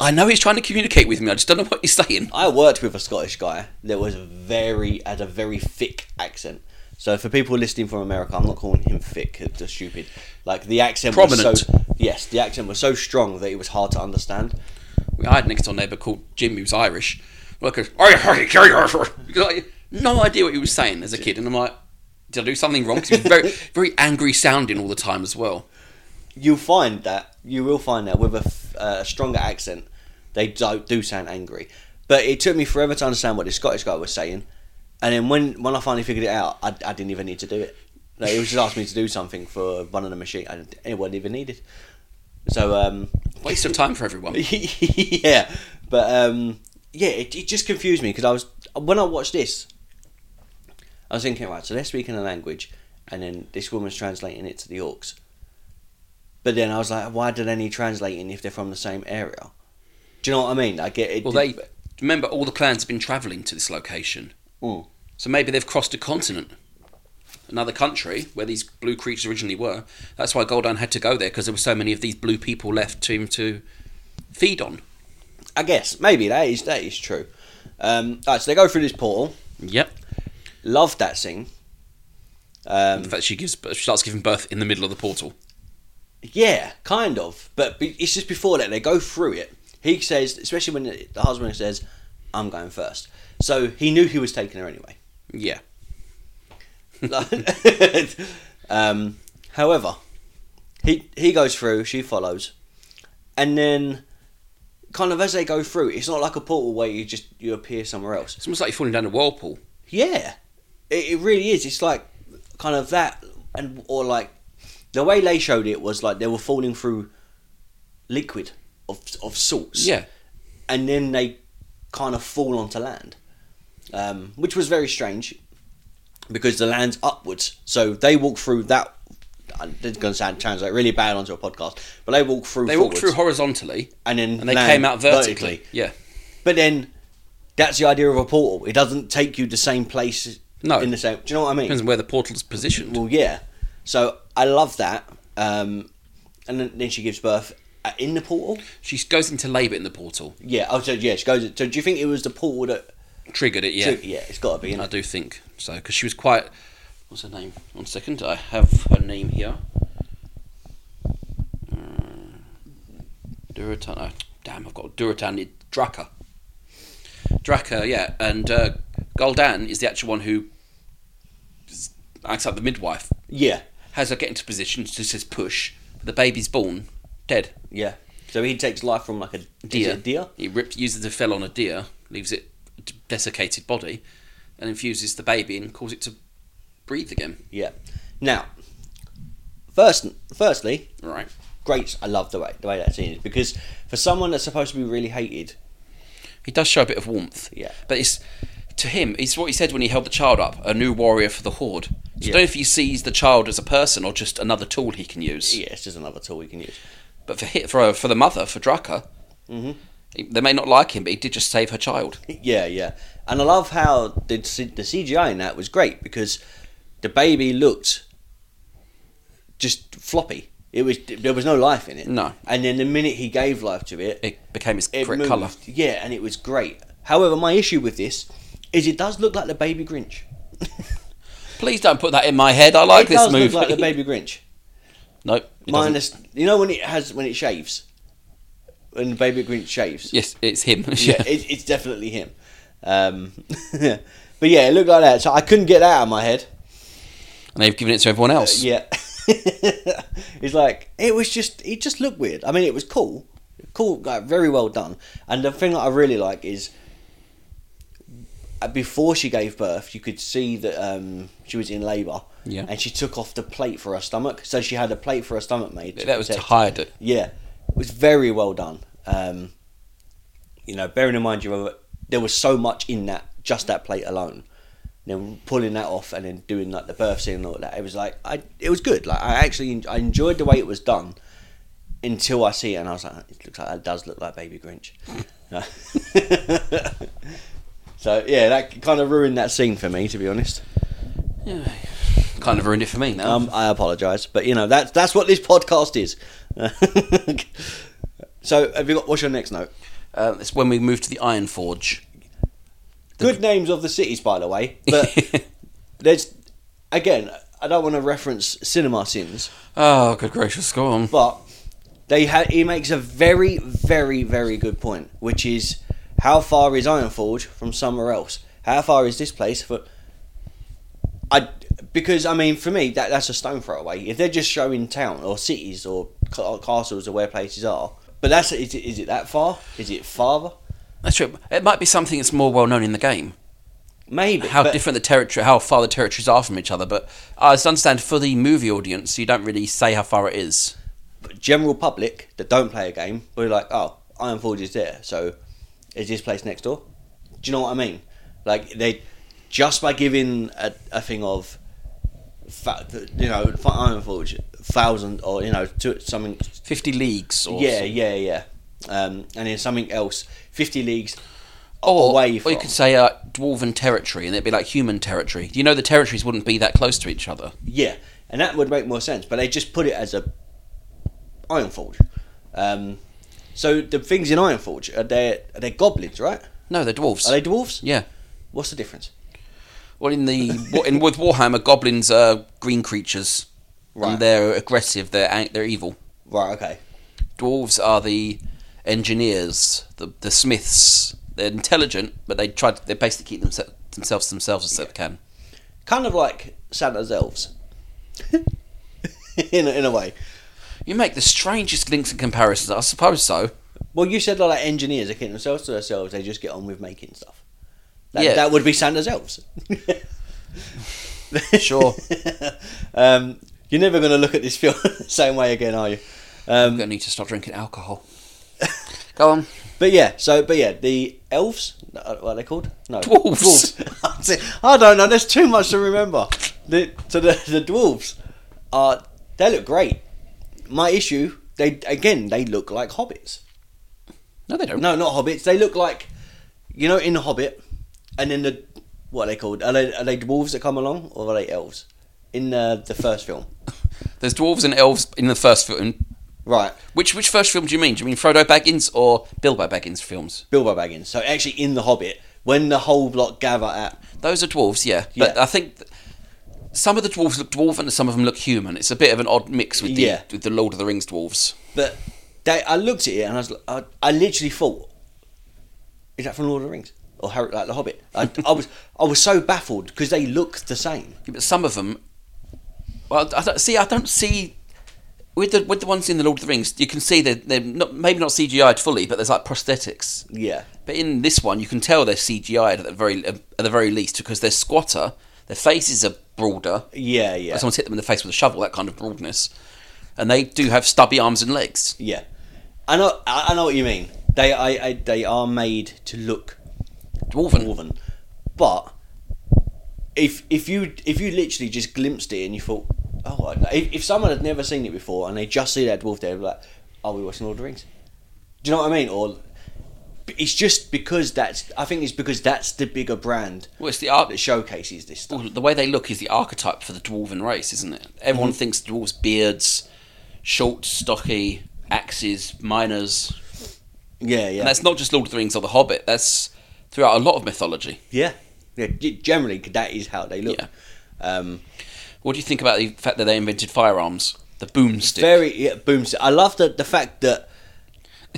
Speaker 2: I know he's trying to communicate with me. I just don't know what he's saying.
Speaker 1: I worked with a Scottish guy that was very had a very thick accent. So for people listening from America, I'm not calling him thick. It's just stupid. Like the accent was so
Speaker 2: Prominent.
Speaker 1: yes, the accent was so strong that it was hard to understand.
Speaker 2: We had a next door neighbour called Jim who's Irish. Like, [laughs] like, no idea what he was saying as a kid, and I'm like, did I do something wrong? 'Cause he was very very angry sounding all the time as well.
Speaker 1: You'll find that you will find that with a f- uh, stronger accent, they do, do sound angry. But it took me forever to understand what this Scottish guy was saying, and then when when I finally figured it out, I, I didn't even need to do it. Like, he was just asking me to do something for running a machine. I didn't, it wasn't even needed. So um,
Speaker 2: Waste of time for everyone.
Speaker 1: [laughs] yeah, but um, yeah, it, it just confused me because I was when I watched this, I was thinking right, so they're speaking a language, and then this woman's translating it to the orcs. But then I was like, why do they need translating if they're from the same area? Do you know what I mean? I get it.
Speaker 2: Well, they remember all the clans have been travelling to this location,
Speaker 1: Mm.
Speaker 2: so maybe they've crossed a continent, another country where these blue creatures originally were. That's why Goldan had to go there because there were so many of these blue people left to him to feed on.
Speaker 1: I guess maybe that is that is true. Um, all right, so they go through this portal.
Speaker 2: Yep.
Speaker 1: Love that scene. Um,
Speaker 2: In fact, she gives she starts giving birth in the middle of the portal.
Speaker 1: Yeah, kind of. But be- it's just before that they go through it. He says, especially when the the husband says, "I'm going first. So he knew he was taking her anyway.
Speaker 2: Yeah.
Speaker 1: Like- [laughs] um, however, he he goes through, she follows, and then kind of as they go through, it's not like a portal where you just you appear somewhere else.
Speaker 2: It's almost like you're falling down a whirlpool.
Speaker 1: Yeah, it, it really is. It's like kind of that, and or like the way they showed it was like they were falling through liquid of of sorts.
Speaker 2: Yeah.
Speaker 1: and then they kind of fall onto land, um, which was very strange because the land's upwards. So they walk through that. uh, This is going to sound translate really bad onto a podcast, but they walk through.
Speaker 2: They walked
Speaker 1: forwards
Speaker 2: through horizontally
Speaker 1: and then
Speaker 2: and they
Speaker 1: land
Speaker 2: came out vertically. Yeah.
Speaker 1: But then that's the idea of a portal. It doesn't take you the same place.
Speaker 2: No.
Speaker 1: in the same. Do you know what I mean?
Speaker 2: Depends on where the portal's positioned.
Speaker 1: Well, yeah. So I love that. Um, and then, then she gives birth uh, in the portal.
Speaker 2: She goes into labour in the portal.
Speaker 1: Yeah. Oh, so yeah, she goes. So do you think it was the portal that?
Speaker 2: Triggered it, yeah.
Speaker 1: yeah it's got to be. In
Speaker 2: I do think so because she was quite. What's her name? One second, I have her name here. Mm, Duratan. Oh, damn, I've got Duratan. it- Draka. Draka, yeah, and uh, Goldan is the actual one who s- acts like the midwife.
Speaker 1: Yeah.
Speaker 2: Has her get into position. She says push. But the baby's born dead.
Speaker 1: Yeah. So he takes life from like a is it
Speaker 2: Deer.
Speaker 1: a deer.
Speaker 2: He rips, uses the fell on a deer, leaves it a d- desiccated body, and infuses the baby and calls it to breathe again.
Speaker 1: Yeah. Now, first, firstly,
Speaker 2: Right.
Speaker 1: great. I love the way the way that scene is because for someone that's supposed to be really hated,
Speaker 2: He does show a bit of warmth.
Speaker 1: Yeah.
Speaker 2: But it's to him, it's what he said when he held the child up, a new warrior for the horde. So I
Speaker 1: Yeah.
Speaker 2: don't know if he sees the child as a person or just another tool he can use.
Speaker 1: yeah, it's just another tool we can use.
Speaker 2: But for hi- for for the mother, for Draka,
Speaker 1: Mhm.
Speaker 2: he- they may not like him, but he did just save her child.
Speaker 1: Yeah, yeah. And I love how the C- the CGI in that was great because the baby looked just floppy. It was there was no life in it.
Speaker 2: No.
Speaker 1: And then the minute he gave life to it,
Speaker 2: It became his
Speaker 1: it
Speaker 2: correct
Speaker 1: moved.
Speaker 2: colour.
Speaker 1: Yeah, and it was great. However, my issue with this is it does look like the Baby Grinch.
Speaker 2: Please don't put that in my head. I [laughs] like
Speaker 1: it
Speaker 2: this
Speaker 1: does
Speaker 2: movie.
Speaker 1: look like the Baby Grinch.
Speaker 2: [laughs] nope. it doesn't.
Speaker 1: Minus, you know when it has when it shaves, when the Baby Grinch shaves.
Speaker 2: Yes, it's him. [laughs]
Speaker 1: yeah, it, it's definitely him. Um, [laughs] but yeah, it looked like that. So I couldn't get that out of my head. Uh,
Speaker 2: and they've given it to everyone else.
Speaker 1: Yeah, [laughs] it's like it was just it just looked weird. I mean, it was cool, cool, like very well done. And the thing that I really like is uh, before she gave birth, you could see that um, she was in labour.
Speaker 2: Yeah.
Speaker 1: and she took off the plate for her stomach, so she had a plate for her stomach made. to
Speaker 2: That was to
Speaker 1: protect-
Speaker 2: hide it.
Speaker 1: yeah, it was very well done. Um, you know, bearing in mind you were, there was so much in that just that plate alone. Then pulling that off and then doing like the birth scene and all that, it was like I it was good. Like I actually I enjoyed the way it was done until I see it and I was like, it looks like that does look like Baby Grinch. [laughs] so yeah, that kind of ruined that scene for me to be honest.
Speaker 2: Yeah. Kind of ruined it for me now.
Speaker 1: Um, I apologise, but you know that's that's what this podcast is. [laughs] so, have you got what's your next note?
Speaker 2: Uh, it's when we moved to the Iron Forge.
Speaker 1: Good names of the cities, by the way.
Speaker 2: [laughs]
Speaker 1: But there's again, I don't want to reference cinema sins,
Speaker 2: oh, good gracious, go on.
Speaker 1: but they ha- he makes a very, very, very good point, which is how far is Ironforge from somewhere else? How far is this place for? I because I mean for me that that's a stone throw away. If they're just showing town or cities or ca- or castles or where places are, but that's is it, is it that far? Is it farther?
Speaker 2: That's true. It might be something that's more well known in the game.
Speaker 1: Maybe
Speaker 2: How
Speaker 1: but-
Speaker 2: different the territory, how far the territories are from each other. But I understand for the movie audience, you don't really say how far it is.
Speaker 1: general public that don't play a game were like, oh, Iron Forge is there, so is this place next door? Do you know what I mean? Like they just by giving a, a thing of, fa- you know, for Iron Forge thousand or you know to something.
Speaker 2: Fifty leagues, or
Speaker 1: Yeah, yeah, yeah. Um, and then something else, fifty leagues.
Speaker 2: or,
Speaker 1: away
Speaker 2: or you
Speaker 1: from.
Speaker 2: could say uh, dwarven territory, and it'd be like human territory. You know, the territories wouldn't be that close to each other.
Speaker 1: Yeah, and that would make more sense. But they just put it as a Iron Forge. Um, so the things in Iron Forge are they are they goblins, right?
Speaker 2: No, they're dwarves.
Speaker 1: Are they dwarves?
Speaker 2: yeah.
Speaker 1: What's the difference?
Speaker 2: Well, in the wa- in with Warhammer, goblins are green creatures,
Speaker 1: Right.
Speaker 2: and they're aggressive. They're ang- they're evil.
Speaker 1: Right. Okay.
Speaker 2: Dwarves are the engineers, the the smiths. They're intelligent, but they try. To, they basically keep themse- themselves themselves as they can.
Speaker 1: Kind of like Santa's
Speaker 2: [laughs]
Speaker 1: elves. in a, in a way.
Speaker 2: You make the strangest links and comparisons. I suppose so.
Speaker 1: Well, you said like engineers are keeping themselves to themselves. They just get on with making stuff. That,
Speaker 2: Yeah.
Speaker 1: that would be Santa's elves.
Speaker 2: [laughs] Sure.
Speaker 1: [laughs] um, you're never going to look at this [laughs] film the same way again, are you?
Speaker 2: I'm
Speaker 1: Um,
Speaker 2: gonna need to stop
Speaker 1: [laughs]
Speaker 2: drinking alcohol. Go on.
Speaker 1: but yeah, so but yeah, the elves. uh, What are they called? No,
Speaker 2: Dwarves.
Speaker 1: Dwarves. [laughs] I don't know. There's too much to remember. The, so the the dwarves are they look great. My issue, they again they look like hobbits.
Speaker 2: No, they don't.
Speaker 1: No, not hobbits. They look like, you know, in the Hobbit, and then the what are they called? Are they are they dwarves that come along, or are they elves? In the the first film,
Speaker 2: There's dwarves and elves in the first film.
Speaker 1: right?
Speaker 2: Which which first film do you mean? Do you mean Frodo Baggins or Bilbo Baggins films?
Speaker 1: Bilbo Baggins. So actually, in the Hobbit, when the whole lot gather at,
Speaker 2: Those are dwarves, yeah. But
Speaker 1: Yeah.
Speaker 2: I think th- some of the dwarves look dwarven and some of them look human. It's a bit of an odd mix with the
Speaker 1: Yeah.
Speaker 2: with the Lord of the Rings dwarves.
Speaker 1: but they, I looked at it and I was, like- I, I literally thought, is that from Lord of the Rings or Harry, like the Hobbit? I, I was, I was so baffled because they look the same.
Speaker 2: But some of them, well, I don't, see, I don't see with the with the ones in the Lord of the Rings. You can see they're, they're not maybe not CGI'd fully, but there's like prosthetics.
Speaker 1: Yeah,
Speaker 2: But in this one, you can tell they're CGI'd at the very at the very least because they're squatter. Their faces are broader.
Speaker 1: yeah, yeah.
Speaker 2: Like Someone's hit them in the face with a shovel. That kind of broadness, and they do have stubby arms and legs.
Speaker 1: Yeah, I know. I I know what you mean. They, I, I, they are made to look
Speaker 2: Dwarven.
Speaker 1: dwarven, but if if you if you literally just glimpsed it and you thought, oh, I- if, if someone had never seen it before and they just see that dwarf, they'd be like, are we watching Lord of the Rings? Do you know what I mean? Or it's just because that's. I think it's because that's the bigger brand
Speaker 2: Well, it's the art
Speaker 1: that showcases this stuff.
Speaker 2: Well, the way they look is the archetype for the dwarven race, isn't it? Everyone thinks dwarves beards, short, stocky, axes, miners.
Speaker 1: Yeah, yeah.
Speaker 2: And that's not just Lord of the Rings or The Hobbit. That's throughout a lot of mythology.
Speaker 1: Yeah. Yeah. g- Generally, that is how they look.
Speaker 2: Yeah.
Speaker 1: Um,
Speaker 2: What do you think about the fact that they invented firearms? The boomstick. [laughs]
Speaker 1: very yeah, booms. I love the the fact that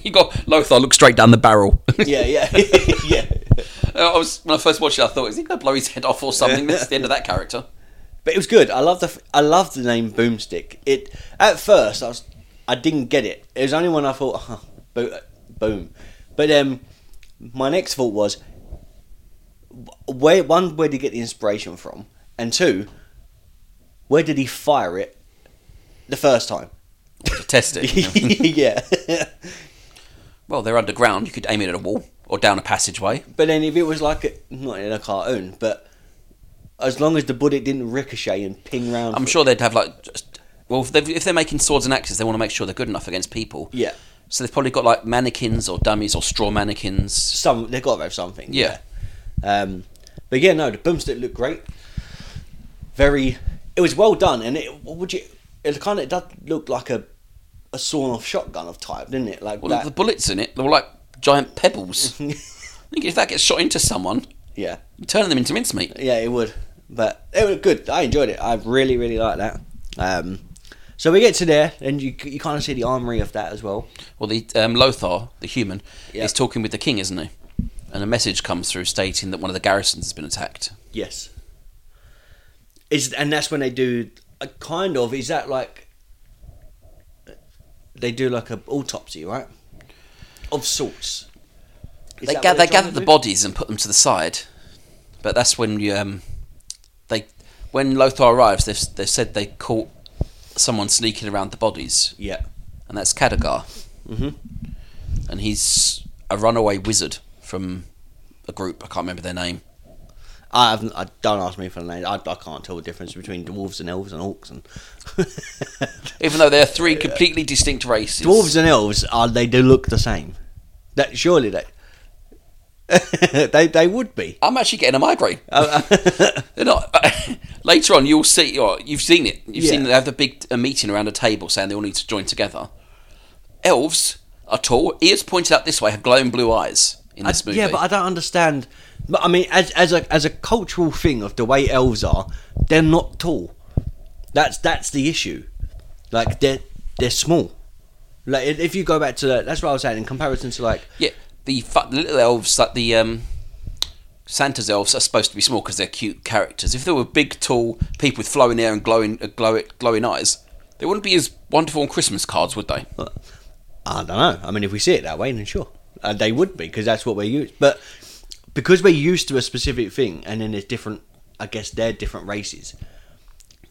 Speaker 2: you got Lothar look straight down the barrel. Uh,
Speaker 1: yeah
Speaker 2: [laughs]
Speaker 1: yeah [laughs] yeah.
Speaker 2: I was when I first watched it, I thought, is he going to blow his head off or something? That's the end of that character.
Speaker 1: But it was good. I love the f- I love the name Boomstick. It at first I was I didn't get it. It was only when I thought oh, bo- boom, but um, my next thought was wh- where one where did he get the inspiration from, and two, where did he fire it the first time? [laughs]
Speaker 2: To test it. you know.
Speaker 1: yeah. [laughs]
Speaker 2: well, they're underground. You could aim it at a wall or down a passageway.
Speaker 1: but then if it was like a, not in a cartoon, but as long as the bullet didn't ricochet and ping round,
Speaker 2: I'm sure they'd have like, just, well, if, they've, if they're making swords and axes, they want to make sure they're good enough against people.
Speaker 1: Yeah.
Speaker 2: So they've probably got like mannequins or dummies or straw mannequins.
Speaker 1: some they've got to have something.
Speaker 2: Yeah.
Speaker 1: Um, but yeah, no, the boomstick looked great. Very, it was well done, and it what would you? It kind of does look like a a sawn off shotgun of type, didn't it? Like
Speaker 2: Well,
Speaker 1: that.
Speaker 2: the bullets in it, they were like
Speaker 1: [laughs]
Speaker 2: giant pebbles. I think if that gets shot into someone,
Speaker 1: yeah,
Speaker 2: you're turning them into mincemeat.
Speaker 1: yeah, it would. But it was good. I enjoyed it. I really, really liked that. Um, so we get to there, and you you kind of see the armory of that as well.
Speaker 2: Well, the um, Lothar, the human,
Speaker 1: Yeah.
Speaker 2: is talking with the king, isn't he? And a message comes through stating that one of the garrisons has been attacked.
Speaker 1: Yes. Is and that's when they do a kind of is that like they do like a autopsy, right? Of sorts. Is
Speaker 2: they
Speaker 1: that
Speaker 2: ga-
Speaker 1: what they're
Speaker 2: they
Speaker 1: trying
Speaker 2: gathered
Speaker 1: to
Speaker 2: the
Speaker 1: do?
Speaker 2: bodies and put them to the side, but that's when you, um, they when Lothar arrives, they've s- they've said they caught someone sneaking around the bodies,
Speaker 1: Yeah.
Speaker 2: and that's Kadagar,
Speaker 1: Mhm.
Speaker 2: and he's a runaway wizard from a group I can't remember their name.
Speaker 1: I haven't. I don't ask me for the name. I, I can't tell the difference between dwarves and elves and orcs and [laughs]
Speaker 2: Even though they're three completely distinct races,
Speaker 1: dwarves and elves are they do look the same. That surely they [laughs] they they would be.
Speaker 2: I'm actually getting a migraine.
Speaker 1: Uh, [laughs]
Speaker 2: They're not. [laughs] later on, you'll see. Or you've seen it. You've seen
Speaker 1: Yeah.
Speaker 2: they have the big a meeting around a table saying they all need to join together. Elves are tall. Ears pointed out this way have glowing blue eyes in
Speaker 1: I-
Speaker 2: this movie.
Speaker 1: Yeah, but I don't understand. But I mean, as as a as a cultural thing of the way elves are, they're not tall. That's that's the issue. Like they're they're small. Like if if you go back to the, that's what I was saying in comparison to like
Speaker 2: yeah, the, fu- the little elves like the um, Santa's elves are supposed to be small because they're cute characters. If they were big, tall people with flowing hair and glowing uh, glow, glowing eyes, they wouldn't be as wonderful on Christmas cards, would they?
Speaker 1: I don't know. I mean, if we see it that way, then sure, uh, they would be because that's what we're used. But because we're used to a specific thing, and then there's different. I guess they're different races.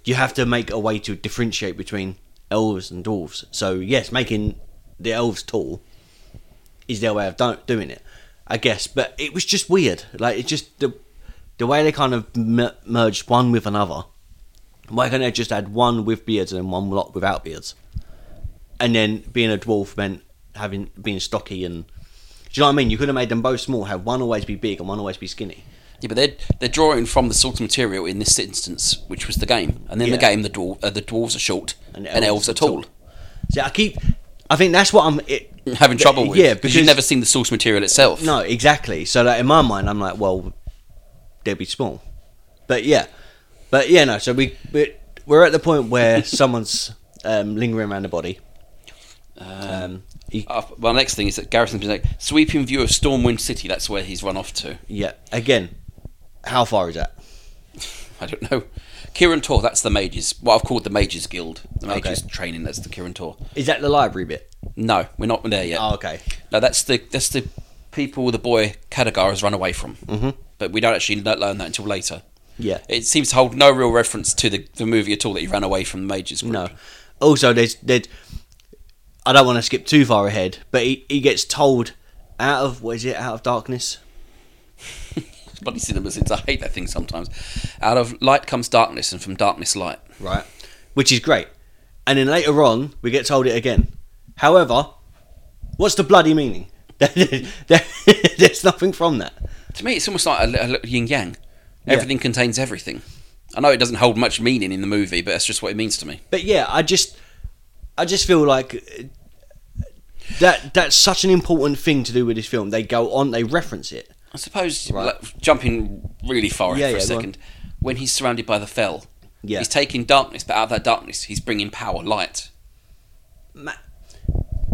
Speaker 1: You have to make a way to differentiate between elves and dwarves. So yes, making the elves tall is their way of do- doing it, I guess. But it was just weird. Like it just the the way they kind of m- merged one with another. Why can't they just add one with beards and one lot without beards? and then being a dwarf meant having being stocky and do you know what I mean? You could have made them both small, have one always be big and one always be skinny.
Speaker 2: Yeah, but they're they're drawing from the source material in this instance, which was the game, and then the
Speaker 1: Yeah.
Speaker 2: game the dwar- uh, the dwarves are short
Speaker 1: And
Speaker 2: and,
Speaker 1: elves
Speaker 2: elves,
Speaker 1: are
Speaker 2: are tall.
Speaker 1: See, I keep, I think that's what I'm it,
Speaker 2: Having trouble with,
Speaker 1: Yeah,
Speaker 2: because you've never seen the source material itself.
Speaker 1: no, exactly. So like in my mind, I'm like, well, they'll be small, but yeah, but yeah, no. So we we- we're at the point
Speaker 2: [laughs]
Speaker 1: where someone's um, lingering around the body. Um, he-
Speaker 2: Uh, well, next thing is that Garrison's been like sweeping view of Stormwind City. That's where he's run off to. [laughs]
Speaker 1: yeah, again, how far is that?
Speaker 2: I don't know. Kieran Tor, that's the mages. What I've called the mages guild, the
Speaker 1: Okay.
Speaker 2: mages training. That's the Kieran Tor.
Speaker 1: Is that the library bit?
Speaker 2: No, we're not there yet.
Speaker 1: Oh, okay.
Speaker 2: No, that's the that's the people the boy Kadagar has run away from. Mm-hmm. But we don't actually le- learn that until later.
Speaker 1: Yeah.
Speaker 2: It seems to hold no real reference to the, the movie at all that he ran away from the mages. Group.
Speaker 1: No. Also, there's there's. I don't want to skip too far ahead, but he, he gets told out of what is it? Out of darkness.
Speaker 2: bloody cinema sins. I hate that thing sometimes. Out of light comes darkness, and from darkness light.
Speaker 1: Right. Which is great, and then later on we get told it again. However, what's the bloody meaning? [laughs] There- there's nothing from that.
Speaker 2: To me, it's almost like a, li- a little yin yang. Everything contains everything. I know it doesn't hold much meaning in the movie, but that's just what it means to me.
Speaker 1: But yeah, I just, I just feel like uh, that that's such an important thing to do with this film. They go on, they reference it.
Speaker 2: I suppose
Speaker 1: Right.
Speaker 2: like, jumping really far in
Speaker 1: Yeah,
Speaker 2: for a
Speaker 1: yeah, go on.
Speaker 2: second. When he's surrounded by the fell,
Speaker 1: Yeah.
Speaker 2: he's taking darkness, but out of that darkness, he's bringing power, light.
Speaker 1: Ma-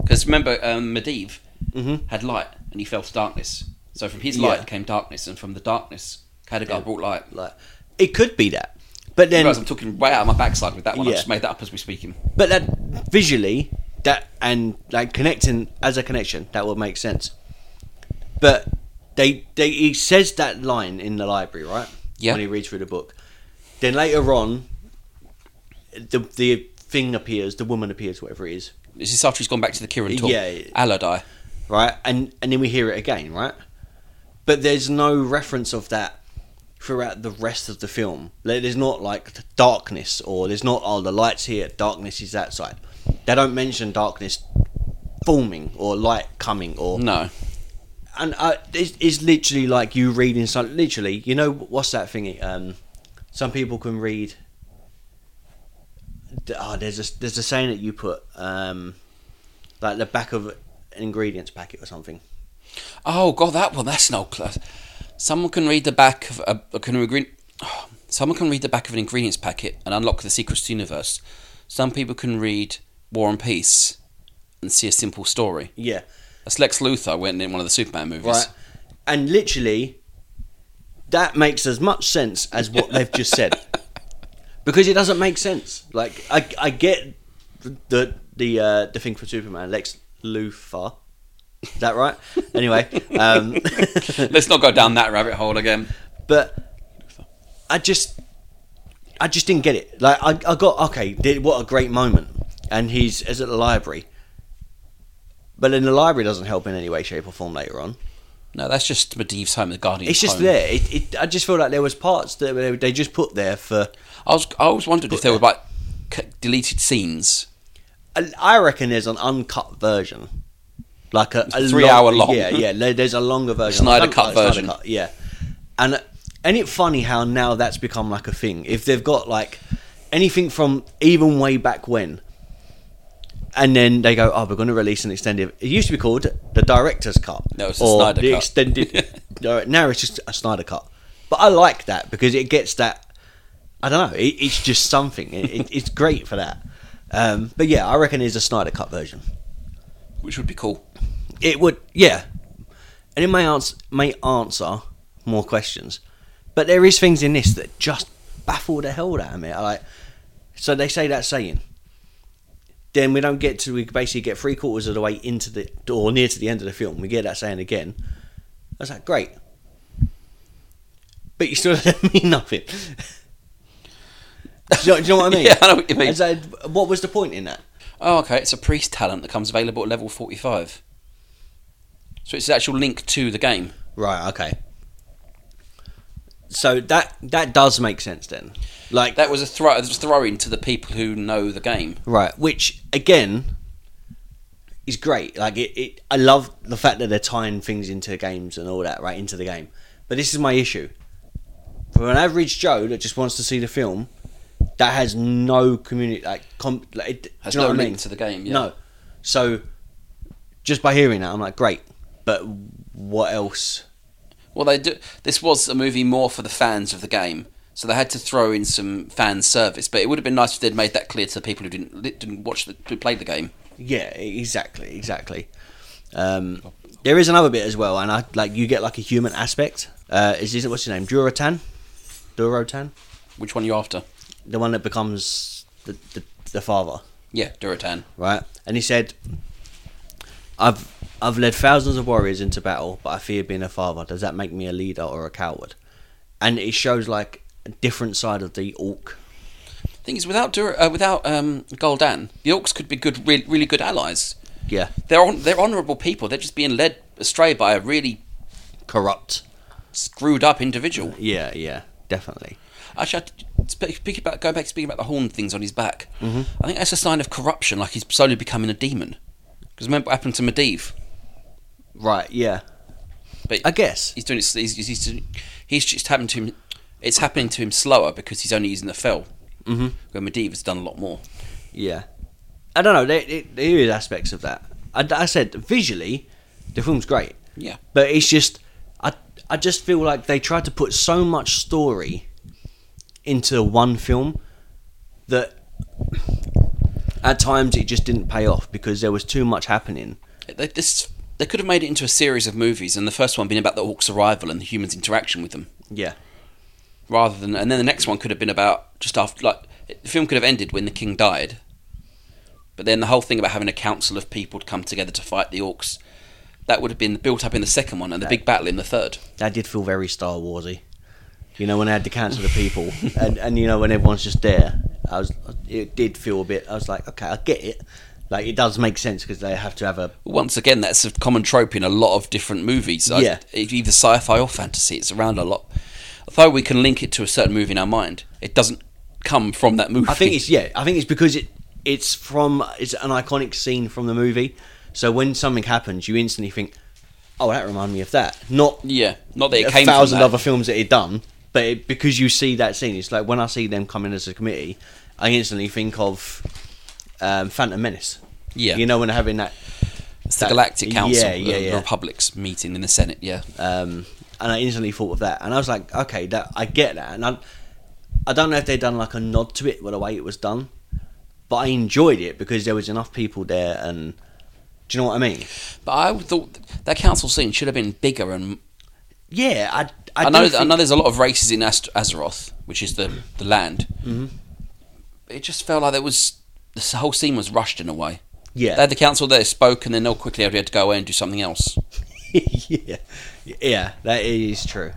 Speaker 2: Because remember, um, Medivh
Speaker 1: Mhm.
Speaker 2: had light, and he fell to darkness. So from his
Speaker 1: Yeah.
Speaker 2: light came darkness, and from the darkness, Cadogar brought light.
Speaker 1: like it could be that, but then
Speaker 2: Guys, I'm talking way out of my backside with that one. I
Speaker 1: Yeah.
Speaker 2: just made that up as we're speaking.
Speaker 1: but that visually that and like connecting as a connection that would make sense but they they he says that line in the library right
Speaker 2: Yeah.
Speaker 1: when he reads through the book then later on the the thing appears the woman appears whatever it is
Speaker 2: This is after he's gone back to the Kirin talk.
Speaker 1: Yeah.
Speaker 2: Aladi.
Speaker 1: right and and then we hear it again right but there's no reference of that throughout the rest of the film Like, there's not like the darkness or there's not oh the lights here darkness is that side they don't mention darkness forming or light coming or
Speaker 2: No.
Speaker 1: and uh, it's, it's literally like you reading something literally you know what's that thingy um some people can read d- oh there's a there's a saying that you put um like the back of an ingredients packet or something
Speaker 2: Oh god, that one. That's no class. Someone can read the back of a, a can agree, [sighs] Someone can read the back of an ingredients packet and unlock the secrets to the universe. Some people can read War and Peace and see a simple story.
Speaker 1: yeah
Speaker 2: That's Lex Luthor went in one of the Superman movies.
Speaker 1: right? And literally, that makes as much sense as what they've just
Speaker 2: [laughs]
Speaker 1: said, because it doesn't make sense. Like I, I get the the uh, the thing for Superman, Lex Luthor. Is that
Speaker 2: [laughs]
Speaker 1: right? anyway, um,
Speaker 2: Let's not go down that rabbit hole again.
Speaker 1: but I just I just didn't get it. Like I, I got okay. Did, what a great moment! And he's is at the library. But then the library doesn't help in any way, shape, or form later on.
Speaker 2: No, that's just Medivh's home, the Guardian.
Speaker 1: It's just there. It, it, I just feel like there was parts that they- they just put there for.
Speaker 2: I was I always wondered if there were like c- deleted scenes.
Speaker 1: I- I reckon there's an uncut version, like a, a
Speaker 2: Three hour long.
Speaker 1: Yeah, yeah. there- There's a longer version,
Speaker 2: Snyder
Speaker 1: Some-
Speaker 2: cut
Speaker 1: like Snyder
Speaker 2: version.
Speaker 1: cut, yeah, and and it's funny how now that's become like a thing. If they've got like anything from even way back when, and then they go, "Oh, we're going to release an extended." It used to be called the director's cut.
Speaker 2: No, it's the
Speaker 1: or
Speaker 2: Snyder
Speaker 1: the
Speaker 2: cut.
Speaker 1: extended.
Speaker 2: [laughs]
Speaker 1: no, now it's just a Snyder cut. But I like that because it gets that. I don't know. It, it's just something. It, it, it's great for that. Um, but yeah, I reckon there's a Snyder cut version.
Speaker 2: which would be cool.
Speaker 1: It would, yeah, and it may answer may answer more questions. But there is things in this that just baffle the hell out of me. I like, so they say that saying. Then we don't get to. We basically get three quarters of the way into the or near to the end of the film. We get that saying again. I was like, great, but you still [laughs] don't mean nothing. do, you know, do you know what I mean?
Speaker 2: [laughs] Yeah, I know what you mean.
Speaker 1: It's like, what was the point in that?
Speaker 2: Oh, okay. It's a priest talent that comes available at level 45. So it's an actual link to the game.
Speaker 1: Right. Okay. So that that does make sense then. Like
Speaker 2: That was a throw, it was a throw in to the people who know the game.
Speaker 1: right, which again is great. Like it, it, I love the fact that they're tying things into games and all that right into the game. But this is my issue. For an average Joe that just wants to see the film, that has no community like, com- like it, do
Speaker 2: Has
Speaker 1: you know
Speaker 2: no
Speaker 1: what I
Speaker 2: link
Speaker 1: mean?
Speaker 2: to the game. Yeah.
Speaker 1: No. So just by hearing that, I'm like, great. But what else?
Speaker 2: Well, they do. This was a movie more for the fans of the game, so they had to throw in some fan service. But it would have been nice if they'd made that clear to the people who didn't li- didn't watch the who played the game.
Speaker 1: Yeah, e- exactly, exactly. Um, there is another bit as well, and I like you get like a human aspect. Uh, is this what's his name? Duratan, Durotan,
Speaker 2: Which one are you after?
Speaker 1: the one that becomes the, the, the father,
Speaker 2: Yeah, Duratan.
Speaker 1: right? And he said, "I've I've led thousands of warriors into battle, but I fear being a father. Does that make me a leader or a coward?" And it shows like a different side of the orc.
Speaker 2: Thing is, without Dur- uh, without um, Goldan, the orcs could be good, re- really good allies.
Speaker 1: Yeah,
Speaker 2: They're on- they're honourable people. They're just being led astray by a really
Speaker 1: corrupt.
Speaker 2: screwed up individual.
Speaker 1: Yeah, yeah, definitely.
Speaker 2: Actually, I- spe- speaking about going back to speaking about the horn things on his back,
Speaker 1: Mm-hmm.
Speaker 2: I think that's a sign of corruption. Like he's slowly becoming a demon. Because remember what happened to Medivh?
Speaker 1: Right. Yeah,
Speaker 2: But
Speaker 1: I guess.
Speaker 2: he's doing it. He's, he's, he's, doing- he's just happening to him. It's happening to him slower because he's only using the fell. Mm-hmm. Where Medivh has done a lot more.
Speaker 1: Yeah, I don't know. There, there- there is aspects of that. I, I said visually, the film's great,
Speaker 2: Yeah,
Speaker 1: but it's just I I just feel like they tried to put so much story into one film that at times it just didn't pay off because there was too much happening.
Speaker 2: They, this, they could have made it into a series of movies, and the first one being about the orcs' arrival and the humans' interaction with them,
Speaker 1: Yeah.
Speaker 2: rather than. And then the next one could have been about just after, like, the film could have ended when the king died. But then the whole thing about having a council of people to come together to fight the orcs, that would have been built up in the second one, and the big battle in the third.
Speaker 1: That did feel very Star Warsy. You know, when I had to cancel the people, [laughs] and, and you know when everyone's just there, I was it did feel a bit. I was like, okay, I get it. Like it does make sense because they have to have a
Speaker 2: Once again, that's a common trope in a lot of different movies. I-
Speaker 1: Yeah.
Speaker 2: it's either sci-fi or fantasy. It's around a lot. Although we can link it to a certain movie in our mind, it doesn't come from that movie.
Speaker 1: I think it's yeah. I think it's because it it's from it's an iconic scene from the movie. So when something happens, you instantly think, "Oh, that reminded me of that." Not
Speaker 2: [laughs] yeah, not that it
Speaker 1: a
Speaker 2: came
Speaker 1: thousand
Speaker 2: from that.
Speaker 1: other films that he'd done, but it, because you see that scene, it's like when I see them come in as a committee, I instantly think of um, Phantom Menace.
Speaker 2: Yeah.
Speaker 1: you know when they're having that,
Speaker 2: It's the
Speaker 1: that-
Speaker 2: Galactic Council,
Speaker 1: Yeah, yeah,
Speaker 2: the,
Speaker 1: yeah.
Speaker 2: the Republic's meeting in the Senate. Yeah,
Speaker 1: um, and I instantly thought of that, and I was like, okay, that I get that, and I, I don't know if they'd done like a nod to it with the way it was done, but I enjoyed it because there was enough people there, and do you know what I mean?
Speaker 2: but I thought that council scene should have been bigger. And
Speaker 1: Yeah, I, I,
Speaker 2: I,
Speaker 1: do
Speaker 2: know, I
Speaker 1: think-
Speaker 2: know, there's a lot of races in Ast- Azeroth, which is the the land. Mm-hmm. It just felt like there was this whole scene was rushed in a way.
Speaker 1: [laughs] yeah,
Speaker 2: They had the council there, spoke, and then they'll quickly had to go away and do something else.
Speaker 1: [laughs] yeah, yeah, that is true.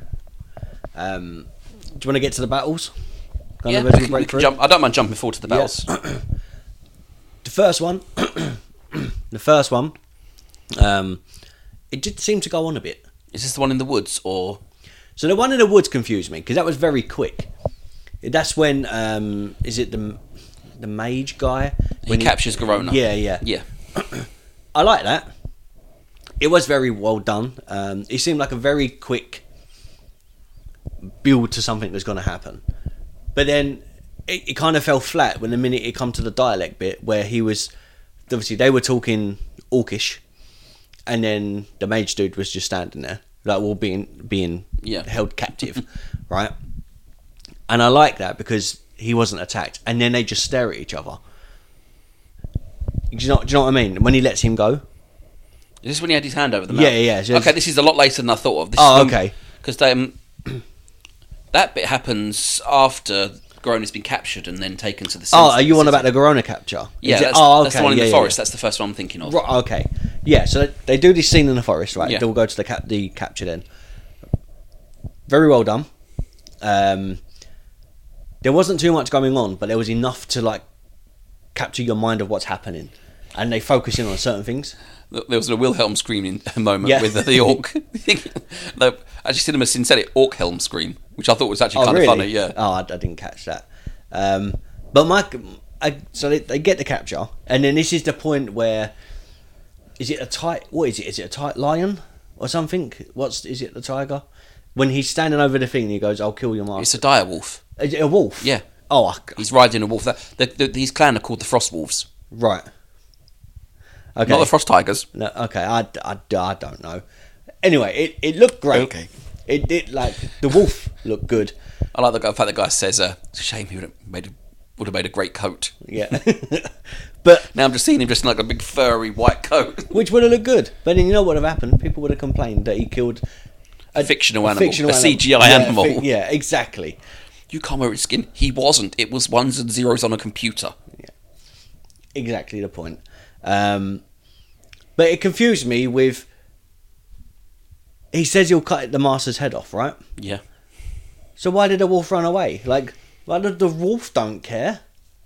Speaker 1: Um, do you want to get to the battles? Kind
Speaker 2: Yeah,
Speaker 1: of
Speaker 2: we
Speaker 1: as we
Speaker 2: can- we
Speaker 1: break
Speaker 2: [laughs] can
Speaker 1: through?
Speaker 2: jump- I don't mind jumping forward to the
Speaker 1: Yeah.
Speaker 2: battles.
Speaker 1: the first one, [clears throat] the first one, um, it did seem to go on a bit.
Speaker 2: Is this the one in the woods or
Speaker 1: So the one in the woods confused me because that was very quick. That's when um, is it the the mage guy when
Speaker 2: he captures Garona?
Speaker 1: Yeah, yeah,
Speaker 2: yeah.
Speaker 1: I like that. It was very well done. Um, it seemed like a very quick build to something that's going to happen. But then it, it kind of fell flat when the minute it come to the dialect bit where he was obviously they were talking Orcish, and then the mage dude was just standing there like all being being
Speaker 2: Yeah.
Speaker 1: held captive, [laughs] right? And I like that because he wasn't attacked, and then they just stare at each other. Do you know, do you know what I mean? When he lets him go,
Speaker 2: Is this when he had his hand over the
Speaker 1: Yeah,
Speaker 2: mouth?
Speaker 1: yeah, yeah. So
Speaker 2: okay,
Speaker 1: it's-
Speaker 2: this is a lot later than I thought of. This
Speaker 1: Oh, okay.
Speaker 2: Because um, [clears throat] that bit happens after Garona's been captured and then taken to the.
Speaker 1: Oh, are
Speaker 2: city-
Speaker 1: you on
Speaker 2: city.
Speaker 1: about the Garona capture?
Speaker 2: Yeah,
Speaker 1: Is it-
Speaker 2: that's,
Speaker 1: oh,
Speaker 2: that's the one in the forest. That's the first one I'm thinking of.
Speaker 1: Right, okay. Yeah, so they- they do this scene in the forest, right?
Speaker 2: Yeah.
Speaker 1: They'll go to the, cap- the capture then. Very well done. Um, there wasn't too much going on, but there was enough to like capture your mind of what's happening, and they focus in on certain things.
Speaker 2: There was [laughs] a Wilhelm screaming moment
Speaker 1: Yeah.
Speaker 2: with the, the orc. [laughs] no, actually, cinema sin said it orc helm scream, which I thought was actually
Speaker 1: Oh,
Speaker 2: kind
Speaker 1: really?
Speaker 2: of funny. Yeah.
Speaker 1: Oh, I, I didn't catch that. Um, but my, I, so they, they get the capture, and then this is the point where, is it a tight? What is it? Is it a tight lion or something? What's is it? The tiger? When he's standing over the thing, he goes, "I'll kill your
Speaker 2: It's
Speaker 1: master."
Speaker 2: a dire wolf.
Speaker 1: Is it a wolf?
Speaker 2: Yeah.
Speaker 1: Oh, I,
Speaker 2: He's riding a wolf. That, the, the, his clan are called the Frost Wolves,
Speaker 1: right. Okay.
Speaker 2: not the Frost Tigers.
Speaker 1: No, okay, I, I, I don't know. Anyway, it, it looked great.
Speaker 2: Okay.
Speaker 1: It did like the wolf looked good.
Speaker 2: I like the, guy, the fact the guy says, uh, "It's a shame he would have made a, would have made a great coat."
Speaker 1: Yeah. [laughs] but
Speaker 2: Now I'm just seeing him just in, like a big furry white coat. [laughs]
Speaker 1: which would have looked good. But then you know what would have happened? People would have complained that he killed
Speaker 2: A fictional animal, a CGI
Speaker 1: Yeah,
Speaker 2: animal.
Speaker 1: fi- yeah, exactly.
Speaker 2: You can't wear its skin. He wasn't. It was ones and zeros on a computer.
Speaker 1: Exactly the point. Um, but it confused me with. He says he'll cut the master's head off, right?
Speaker 2: Yeah.
Speaker 1: So why did the wolf run away? Like, why did the wolf don't care?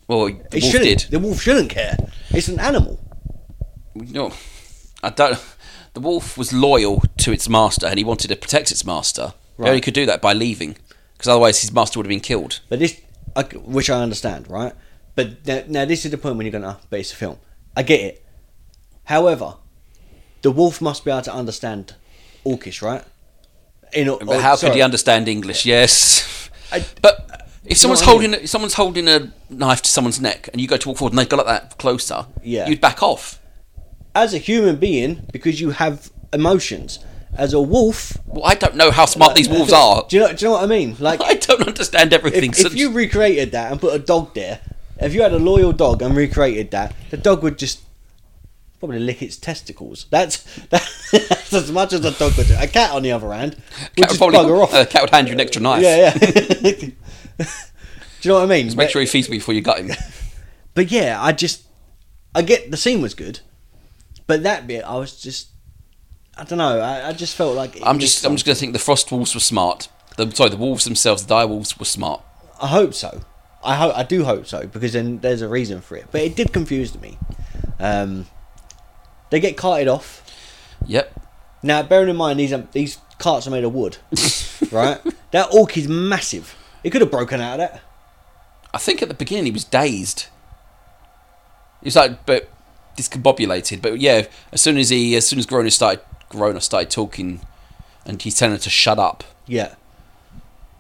Speaker 2: Well, the
Speaker 1: It
Speaker 2: wolf
Speaker 1: shouldn't.
Speaker 2: did.
Speaker 1: The wolf shouldn't care. It's an animal.
Speaker 2: No, I don't. The wolf was loyal to its master, and he wanted to protect its master. But He only
Speaker 1: Right.
Speaker 2: could do that by leaving, because otherwise his master would have been killed.
Speaker 1: But this, I, which I understand, right? But now, now this is the point when you're going to base a film. I get it. However, the wolf must be able to understand Orcish, right? In, or,
Speaker 2: But how could
Speaker 1: sorry.
Speaker 2: he understand English? Yes,
Speaker 1: I-
Speaker 2: but if someone's
Speaker 1: what I mean?
Speaker 2: holding if someone's holding a knife to someone's neck, and you go to walk forward, and they go like that closer,
Speaker 1: Yeah.
Speaker 2: you'd back off.
Speaker 1: As a human being, because you have emotions, as a wolf.
Speaker 2: Well, I don't know how
Speaker 1: [laughs]
Speaker 2: smart these wolves are.
Speaker 1: Do you know? Do you know what I mean? Like,
Speaker 2: [laughs] I don't understand everything.
Speaker 1: if,
Speaker 2: so
Speaker 1: if you recreated that and put a dog there, if you had a loyal dog and recreated that, the dog would just probably lick its testicles. That's [laughs] that's as much as a dog would do. A cat, on the other hand, would
Speaker 2: cat would
Speaker 1: just
Speaker 2: probably,
Speaker 1: bugger off.
Speaker 2: uh, cat would hand you an extra knife.
Speaker 1: Yeah, yeah. [laughs] do you know what I mean?
Speaker 2: Make sure he feeds me before you
Speaker 1: [laughs]
Speaker 2: gut him.
Speaker 1: But yeah, I just I get the scene was good, but that bit I was just I don't know. I, I just felt like it
Speaker 2: I'm
Speaker 1: missed
Speaker 2: just I'm
Speaker 1: something.
Speaker 2: just gonna think the frost wolves were smart. The, sorry, the wolves themselves, the dire wolves were smart.
Speaker 1: I hope so. I hope I do hope so because then there's a reason for it. But it did confuse me. Um, they get carted off.
Speaker 2: Yep.
Speaker 1: Now, bearing in mind these um, these carts are made of wood, right? That orc is massive. It could have broken out of that.
Speaker 2: I think at the beginning he was dazed. He was like, but discombobulated. But yeah, as soon as he, as soon as Grona started, Grona started talking, and he's telling her to shut up.
Speaker 1: Yeah,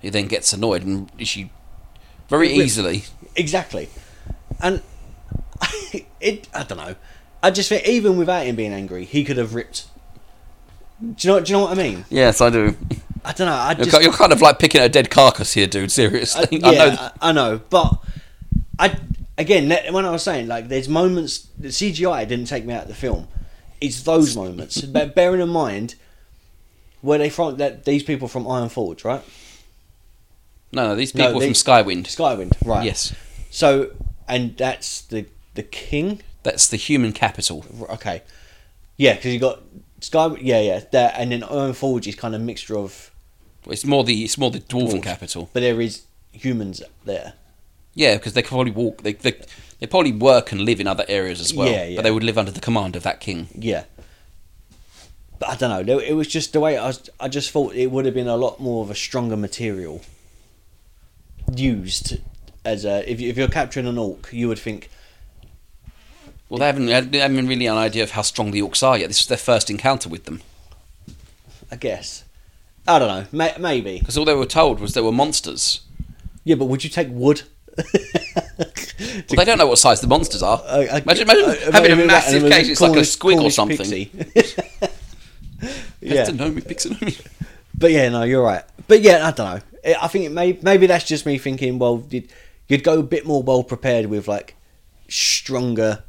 Speaker 2: He then gets annoyed, and she very
Speaker 1: Whip.
Speaker 2: easily.
Speaker 1: exactly. And [laughs] it, I don't know. I just think even without him being angry, he could have ripped. Do you know? Do you know what I mean?
Speaker 2: Yes, I do.
Speaker 1: I don't know. I
Speaker 2: You're,
Speaker 1: just
Speaker 2: ki- you're kind of like picking at a dead carcass here, dude. Seriously,
Speaker 1: I,
Speaker 2: [laughs] I
Speaker 1: Uh, yeah,
Speaker 2: know.
Speaker 1: I, I know, but I again that- when I was saying like there's moments the CGI didn't take me out of the film. It's those moments, but bearing in mind where they from that these people from Iron Forge, right?
Speaker 2: no, no, these
Speaker 1: No,
Speaker 2: people are
Speaker 1: they-
Speaker 2: from Skywind.
Speaker 1: Skywind, right?
Speaker 2: Yes,
Speaker 1: So and that's the the king.
Speaker 2: that's the human capital.
Speaker 1: Okay, yeah, because you got Sky. Yeah, yeah, that and then Iron Forge is kind of mixture of,
Speaker 2: It's more the it's more the dwarven capital.
Speaker 1: but there is humans there.
Speaker 2: Yeah, because they could probably walk. They, they they probably work and live in other areas as well.
Speaker 1: Yeah, yeah.
Speaker 2: But they would live under the command of that king.
Speaker 1: Yeah. But I don't know. It was just the way I was, I just thought it would have been a lot more of a stronger material used as a if, you, if you're capturing an orc, you would think
Speaker 2: Well, they haven't they haven't really an idea of how strong the orcs are yet. This is their first encounter with them
Speaker 1: I guess. I don't know. May, maybe.
Speaker 2: because all they were told was they were monsters.
Speaker 1: Yeah, but would you take wood? [laughs]
Speaker 2: Well, they don't know what size the monsters are.
Speaker 1: I- I-
Speaker 2: imagine imagine
Speaker 1: I-
Speaker 2: having
Speaker 1: imagine
Speaker 2: a
Speaker 1: that,
Speaker 2: massive
Speaker 1: and a
Speaker 2: cage. It's like a
Speaker 1: Cornish-
Speaker 2: squig or
Speaker 1: Cornish
Speaker 2: something. [laughs]
Speaker 1: pixie. [laughs]
Speaker 2: Yeah.
Speaker 1: yeah.
Speaker 2: know me, pixie know me.
Speaker 1: But yeah, no, you're right. But yeah, I don't know. It, I think it may maybe that's just me thinking. Well, you'd, you'd go a bit more well prepared with like stronger.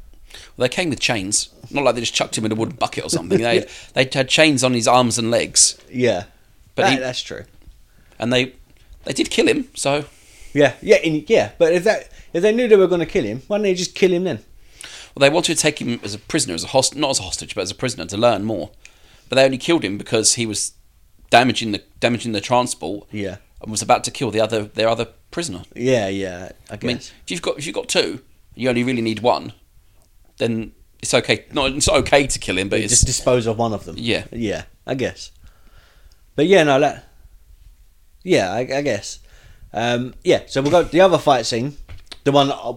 Speaker 2: Well, they came with chains. Not like they just chucked him in a wooden bucket or something.
Speaker 1: [laughs]
Speaker 2: They they had chains on his arms and legs,
Speaker 1: Yeah,
Speaker 2: But
Speaker 1: but
Speaker 2: he-
Speaker 1: that's true.
Speaker 2: and they they did kill him. So
Speaker 1: Yeah, yeah, in, yeah. But if that if they knew they were going to kill him, why didn't they just kill him then?
Speaker 2: Well, they wanted to take him as a prisoner, as a host, not as a hostage, but as a prisoner to learn more. But they only killed him because he was damaging the damaging the transport.
Speaker 1: Yeah.
Speaker 2: and was about to kill the other their other prisoner.
Speaker 1: Yeah, yeah. I
Speaker 2: I mean,
Speaker 1: guess.
Speaker 2: if you've got if you've got two, you only really need one. Then it's okay. Not it's okay to kill him, but
Speaker 1: You
Speaker 2: it's
Speaker 1: just dispose of one of them.
Speaker 2: Yeah.
Speaker 1: yeah. I guess. But yeah, no, that. Yeah, I, I guess. Um, yeah, so we'll go the other fight scene, the one that I,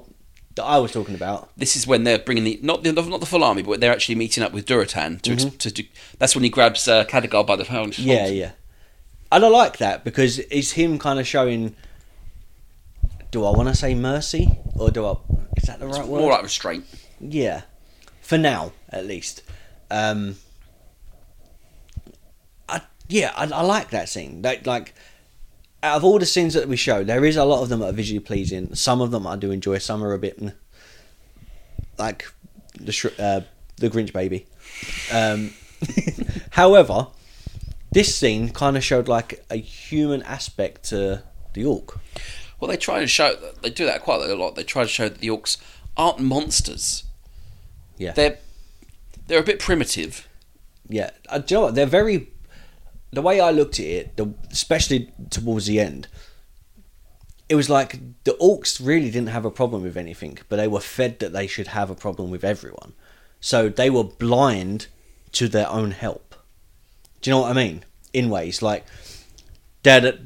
Speaker 1: that I was talking about.
Speaker 2: this is when they're bringing the not the not the full army, but they're actually meeting up with Duratan. To, ex to, do that's when he grabs uh, Cadogal by the hand.
Speaker 1: Mm-hmm. Yeah, yeah. And I like that because it's him kind of showing. Do I want to say mercy or do I? Is that the right word?
Speaker 2: More like restraint.
Speaker 1: Yeah, for now at least. Um, I yeah, I, I like that scene. That like. Out of all the scenes that we show, there is a lot of them that are visually pleasing. Some of them I do enjoy. Some are a bit mm, like the Shri- uh, the Grinch baby. Um, [laughs] however, this scene kind of showed like a human aspect to the orc.
Speaker 2: Well, they try and show they do that quite a lot. They try to show that the orcs aren't monsters.
Speaker 1: Yeah,
Speaker 2: They're they're a bit primitive.
Speaker 1: Yeah, I, do you know what? They're very. The way I looked at it, the, especially towards the end, it was like the orcs really didn't have a problem with anything, but they were fed that they should have a problem with everyone. So they were blind to their own help. Do you know what I mean? In ways like that, the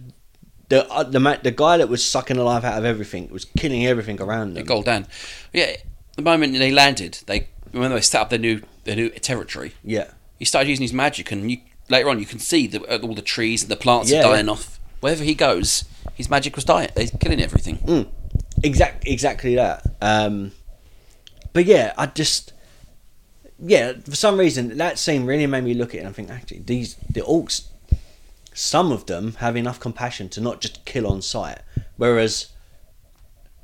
Speaker 1: the, uh, the ma- the guy that was sucking the life out of everything was killing everything around
Speaker 2: Um,
Speaker 1: them.
Speaker 2: Goldan. Yeah, the moment they landed, they when they set up their new their new territory,
Speaker 1: Yeah,
Speaker 2: he started using his magic, and you later on you can see the, all the trees and the plants
Speaker 1: Yeah,
Speaker 2: are dying
Speaker 1: yeah.
Speaker 2: off. Wherever he goes, his magic was dying. They're killing everything.
Speaker 1: Mm, exact, exactly that. Um, but yeah, I just yeah, for some reason that scene really made me look at it and think actually these the orcs, some of them have enough compassion to not just kill on sight, whereas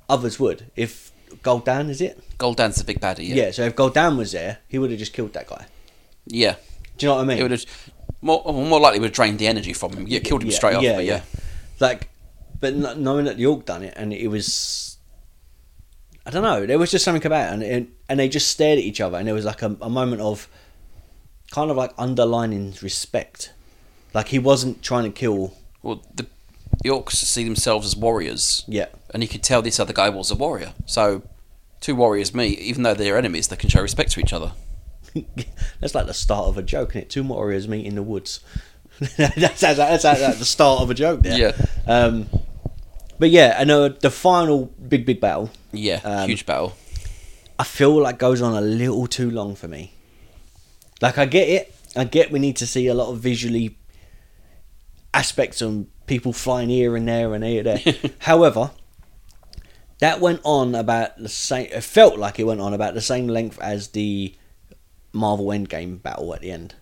Speaker 1: others would. If Goldan is it?
Speaker 2: Goldan's the big baddie.
Speaker 1: Yeah.
Speaker 2: Yeah.
Speaker 1: so if Goldan was there, he would have just killed that guy.
Speaker 2: Yeah.
Speaker 1: Do you know what I mean?
Speaker 2: It would have more more likely would have drained the energy from him. Yeah, killed him straight off. but yeah.
Speaker 1: Like, but kn- knowing that the orc done it, and it was, I don't know, there was just something about it, and it, and they just stared at each other, and there was like a, a moment of kind of like underlining respect. Like he wasn't trying to kill.
Speaker 2: Well, the, the orcs see themselves as warriors.
Speaker 1: Yeah,
Speaker 2: And you could tell this other guy was a warrior. So, two warriors meet, even though they're enemies, they can show respect to each other.
Speaker 1: [laughs] that's like the start of a joke, isn't it? Two warriors meet in the woods. [laughs] that's that's, that's, that's the start of a joke there.
Speaker 2: Yeah.
Speaker 1: Um, but yeah, and uh, the final big big battle,
Speaker 2: Yeah,
Speaker 1: Um,
Speaker 2: huge battle.
Speaker 1: I feel like goes on a little too long for me. Like I get it. I get we need to see a lot of visually aspects and people flying here and there and here and there. However, that went on about the same. It felt like it went on about the same length as the Marvel Endgame battle at the end.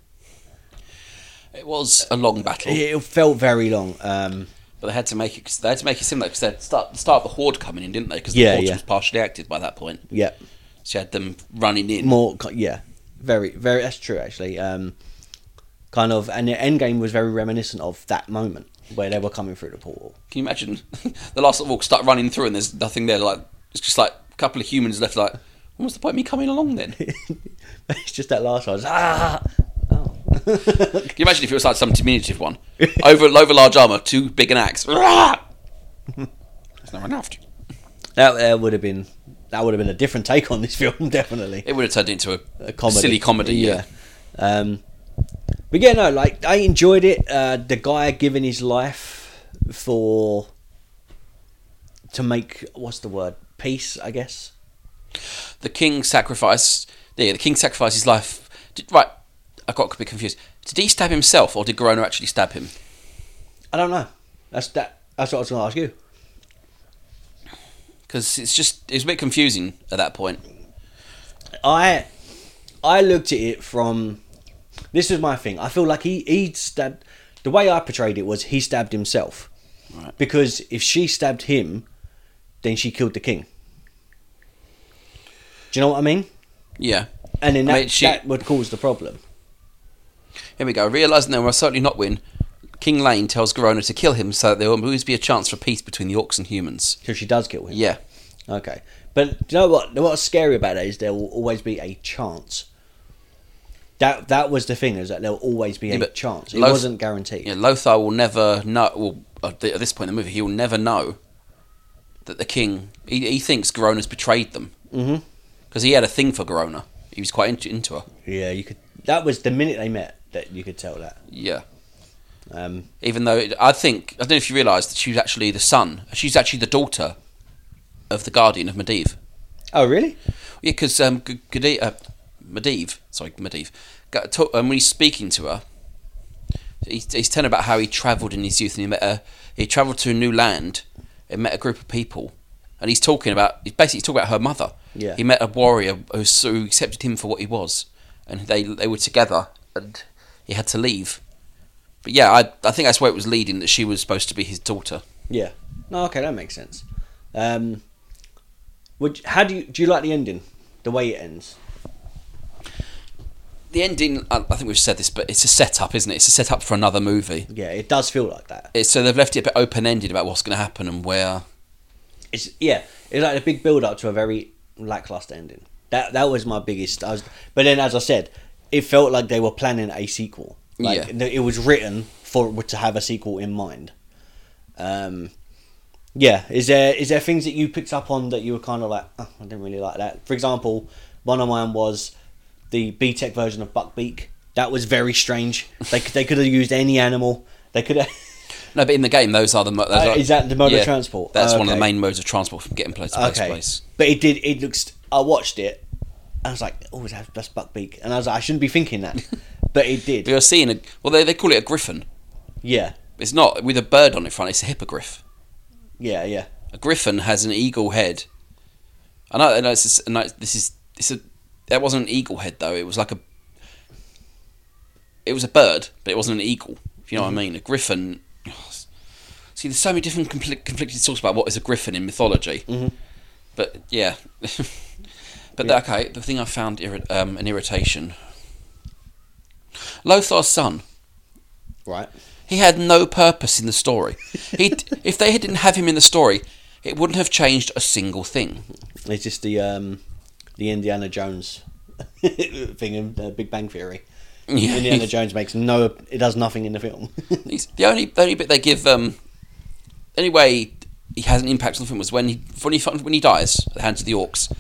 Speaker 2: It was a long battle,
Speaker 1: It it felt very long. Um,
Speaker 2: but they had to make it. 'cause they had to make it similar because they had start start the horde coming in, didn't they? Because the
Speaker 1: Yeah,
Speaker 2: horde
Speaker 1: yeah.
Speaker 2: was partially active by that point.
Speaker 1: yeah,
Speaker 2: So you had them running in.
Speaker 1: more. co- Yeah, very, very. That's true actually. Um, kind of, and the Endgame was very reminiscent of that moment where they were coming through the portal. [laughs]
Speaker 2: Can you imagine [laughs] the last little walk start running through and there's nothing there? Like it's just like a couple of humans left. Like what was the point of me coming
Speaker 1: [laughs]
Speaker 2: along then? Can
Speaker 1: it's just that last one. it's, Ah! Oh.
Speaker 2: you imagine if it was like some diminutive one over over large armor, too big an axe? [laughs] Rah! There's no one after you.
Speaker 1: that, that would have been that would have been a different take on this [laughs] film, definitely.
Speaker 2: It would have turned into a,
Speaker 1: A comedy.
Speaker 2: silly comedy. Yeah,
Speaker 1: Um, but yeah, no, like I enjoyed it. Uh, the guy giving his life for to make what's the word peace, I guess.
Speaker 2: the king sacrificed. Yeah, the king sacrificed his life. Did, right, I got a bit confused. Did he stab himself or did Corona actually stab him?
Speaker 1: I don't know. That's that. That's what I was going to ask you.
Speaker 2: Because it's just it was a bit confusing at that point.
Speaker 1: I I looked at it from this is my thing. I feel like he he stabbed the way I portrayed it was he stabbed himself.
Speaker 2: Right.
Speaker 1: Because if she stabbed him, then she killed the king. Do you know what I mean?
Speaker 2: Yeah.
Speaker 1: And then
Speaker 2: I
Speaker 1: that,
Speaker 2: mean, she-
Speaker 1: that would cause the problem.
Speaker 2: Here we go. Realising they will certainly not win, King Lane tells Garona to kill him so that there will always be a chance for peace between the orcs and humans.
Speaker 1: So she does kill him.
Speaker 2: Yeah.
Speaker 1: Okay. But do you know what? What's scary about that is there will always be a chance. That that was the thing is that there will always be
Speaker 2: Yeah,
Speaker 1: a
Speaker 2: but
Speaker 1: chance. It
Speaker 2: Loth-
Speaker 1: wasn't guaranteed.
Speaker 2: yeah Lothar will never know, well, at thi- at this point in the movie, he will never know that the king, he, he thinks Garona's betrayed them.
Speaker 1: Mhm.
Speaker 2: Because he had a thing for Garona. He was quite into, into her.
Speaker 1: Yeah, you could. That was the minute they met that you could tell that.
Speaker 2: Yeah.
Speaker 1: Um,
Speaker 2: Even though it, I think, I don't know if you realise that she was actually the son, she's actually the daughter of the guardian of Medivh.
Speaker 1: oh, really?
Speaker 2: Yeah, because um, G- Gade- uh, Medivh, sorry, Medivh, got, talk, um, when he's speaking to her, he's, he's telling about how he travelled in his youth and he met a, he travelled to a new land and met a group of people. And he's talking about, he's basically talking about her mother.
Speaker 1: Yeah.
Speaker 2: He met a warrior who, s- who accepted him for what he was. And they, they were together and he had to leave. But yeah, I, I think that's where it was leading that she was supposed to be his daughter.
Speaker 1: Yeah. No, okay, that makes sense. Um, would how do you do you like the ending? The way it ends.
Speaker 2: The ending, I I think we've said this, but it's a setup, isn't it? It's a setup for another movie.
Speaker 1: Yeah, it does feel like that.
Speaker 2: it's, so they've left it a bit open ended about what's going to happen and where.
Speaker 1: It's yeah, it's like a big build up to a very lackluster ending. That that was my biggest. I was, but then, as I said, it felt like they were planning a sequel. Like
Speaker 2: Yeah.
Speaker 1: th- it was written for to have a sequel in mind. Um, yeah. Is there is there things that you picked up on that you were kind of like, oh, I didn't really like that. For example, one of mine was the B Tech version of Buckbeak. That was very strange. They could- they could have used any animal. They [laughs] could have.
Speaker 2: No, but in the game, those are the mo- those
Speaker 1: Uh,
Speaker 2: are-
Speaker 1: is that the mode of transport?
Speaker 2: That's one of
Speaker 1: Okay.
Speaker 2: the main modes of transport from getting place to place to place.
Speaker 1: But it did. It looks. I watched it. I was like, oh, that's, that's Buckbeak, and I was like, I shouldn't be thinking that, but it
Speaker 2: If
Speaker 1: did.
Speaker 2: You're seeing a well, they, they call it a griffin.
Speaker 1: Yeah,
Speaker 2: It's not with a bird on it front. It's a hippogriff.
Speaker 1: yeah, yeah,
Speaker 2: A griffin has an eagle head. I know. I know. It's, it's, I know it's- this is it's a That wasn't an eagle head though. It was like a. It was a bird, but it wasn't an eagle. If you know what I mean, a griffin. See, there's so many different conflict, conflicted thoughts about what is a griffin in mythology. But yeah, [laughs] but that okay. The thing I found irri- um, an irritation. Lothar's son.
Speaker 1: Right.
Speaker 2: He had no purpose in the story. He, if they didn't have him in the story, it wouldn't have changed a single thing.
Speaker 1: It's just the um, the Indiana Jones [laughs] thing in uh, Big Bang Theory.
Speaker 2: Yeah.
Speaker 1: Indiana Jones makes no. It does nothing in the film. [laughs]
Speaker 2: He's, the only the only bit they give um, anyway he has an impact on the film was when he when he when he dies at the hands of the orcs.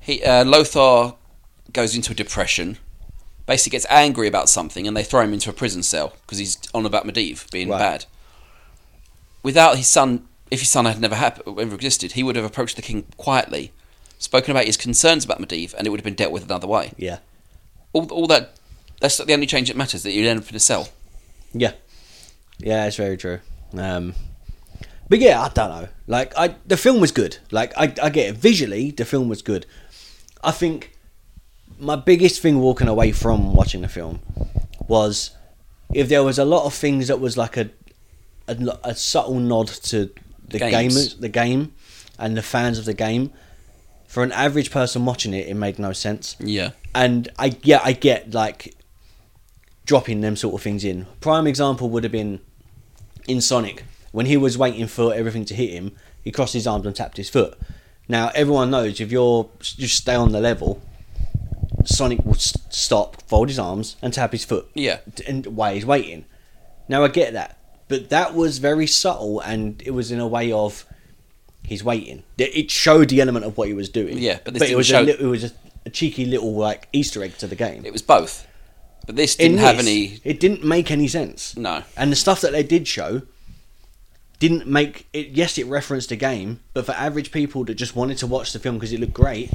Speaker 2: He uh, Lothar goes into a depression, basically gets angry about something, and they throw him into a prison cell because he's on about Medivh being
Speaker 1: Right.
Speaker 2: bad. Without his son, if his son had never happened, never existed, he would have approached the king quietly, spoken about his concerns about Medivh, and it would have been dealt with another way.
Speaker 1: yeah.
Speaker 2: All, all that that's the only change that matters that you end up in a cell.
Speaker 1: Yeah, yeah, it's very true. Um, but yeah, I don't know. Like, I the film was good. Like, I I get it. Visually, the film was good. I think my biggest thing walking away from watching the film was if there was a lot of things that was like a a, lo- a subtle nod to the
Speaker 2: Games.
Speaker 1: gamers, the game, and the fans of the game. For an average person watching it, it made no sense
Speaker 2: Yeah.
Speaker 1: and I yeah I get like dropping them sort of things in. Prime example would have been in Sonic when he was waiting for everything to hit him, he crossed his arms and tapped his foot. Now everyone knows if you're just stay on the level, Sonic will s- stop, fold his arms, and tap his foot.
Speaker 2: Yeah.
Speaker 1: t- and while he's waiting. Now I get that, but that was very subtle, and it was in a way of he's waiting. It it showed the element of what he was doing.
Speaker 2: Yeah, but this
Speaker 1: it
Speaker 2: didn't
Speaker 1: was
Speaker 2: show-
Speaker 1: a, li- it was a, a cheeky little like Easter egg to the game.
Speaker 2: It was both. But this
Speaker 1: In
Speaker 2: didn't have
Speaker 1: this,
Speaker 2: any.
Speaker 1: It didn't make any sense.
Speaker 2: No.
Speaker 1: And the stuff that they did show didn't make it. Yes, it referenced a game, but for average people that just wanted to watch the film because it looked great,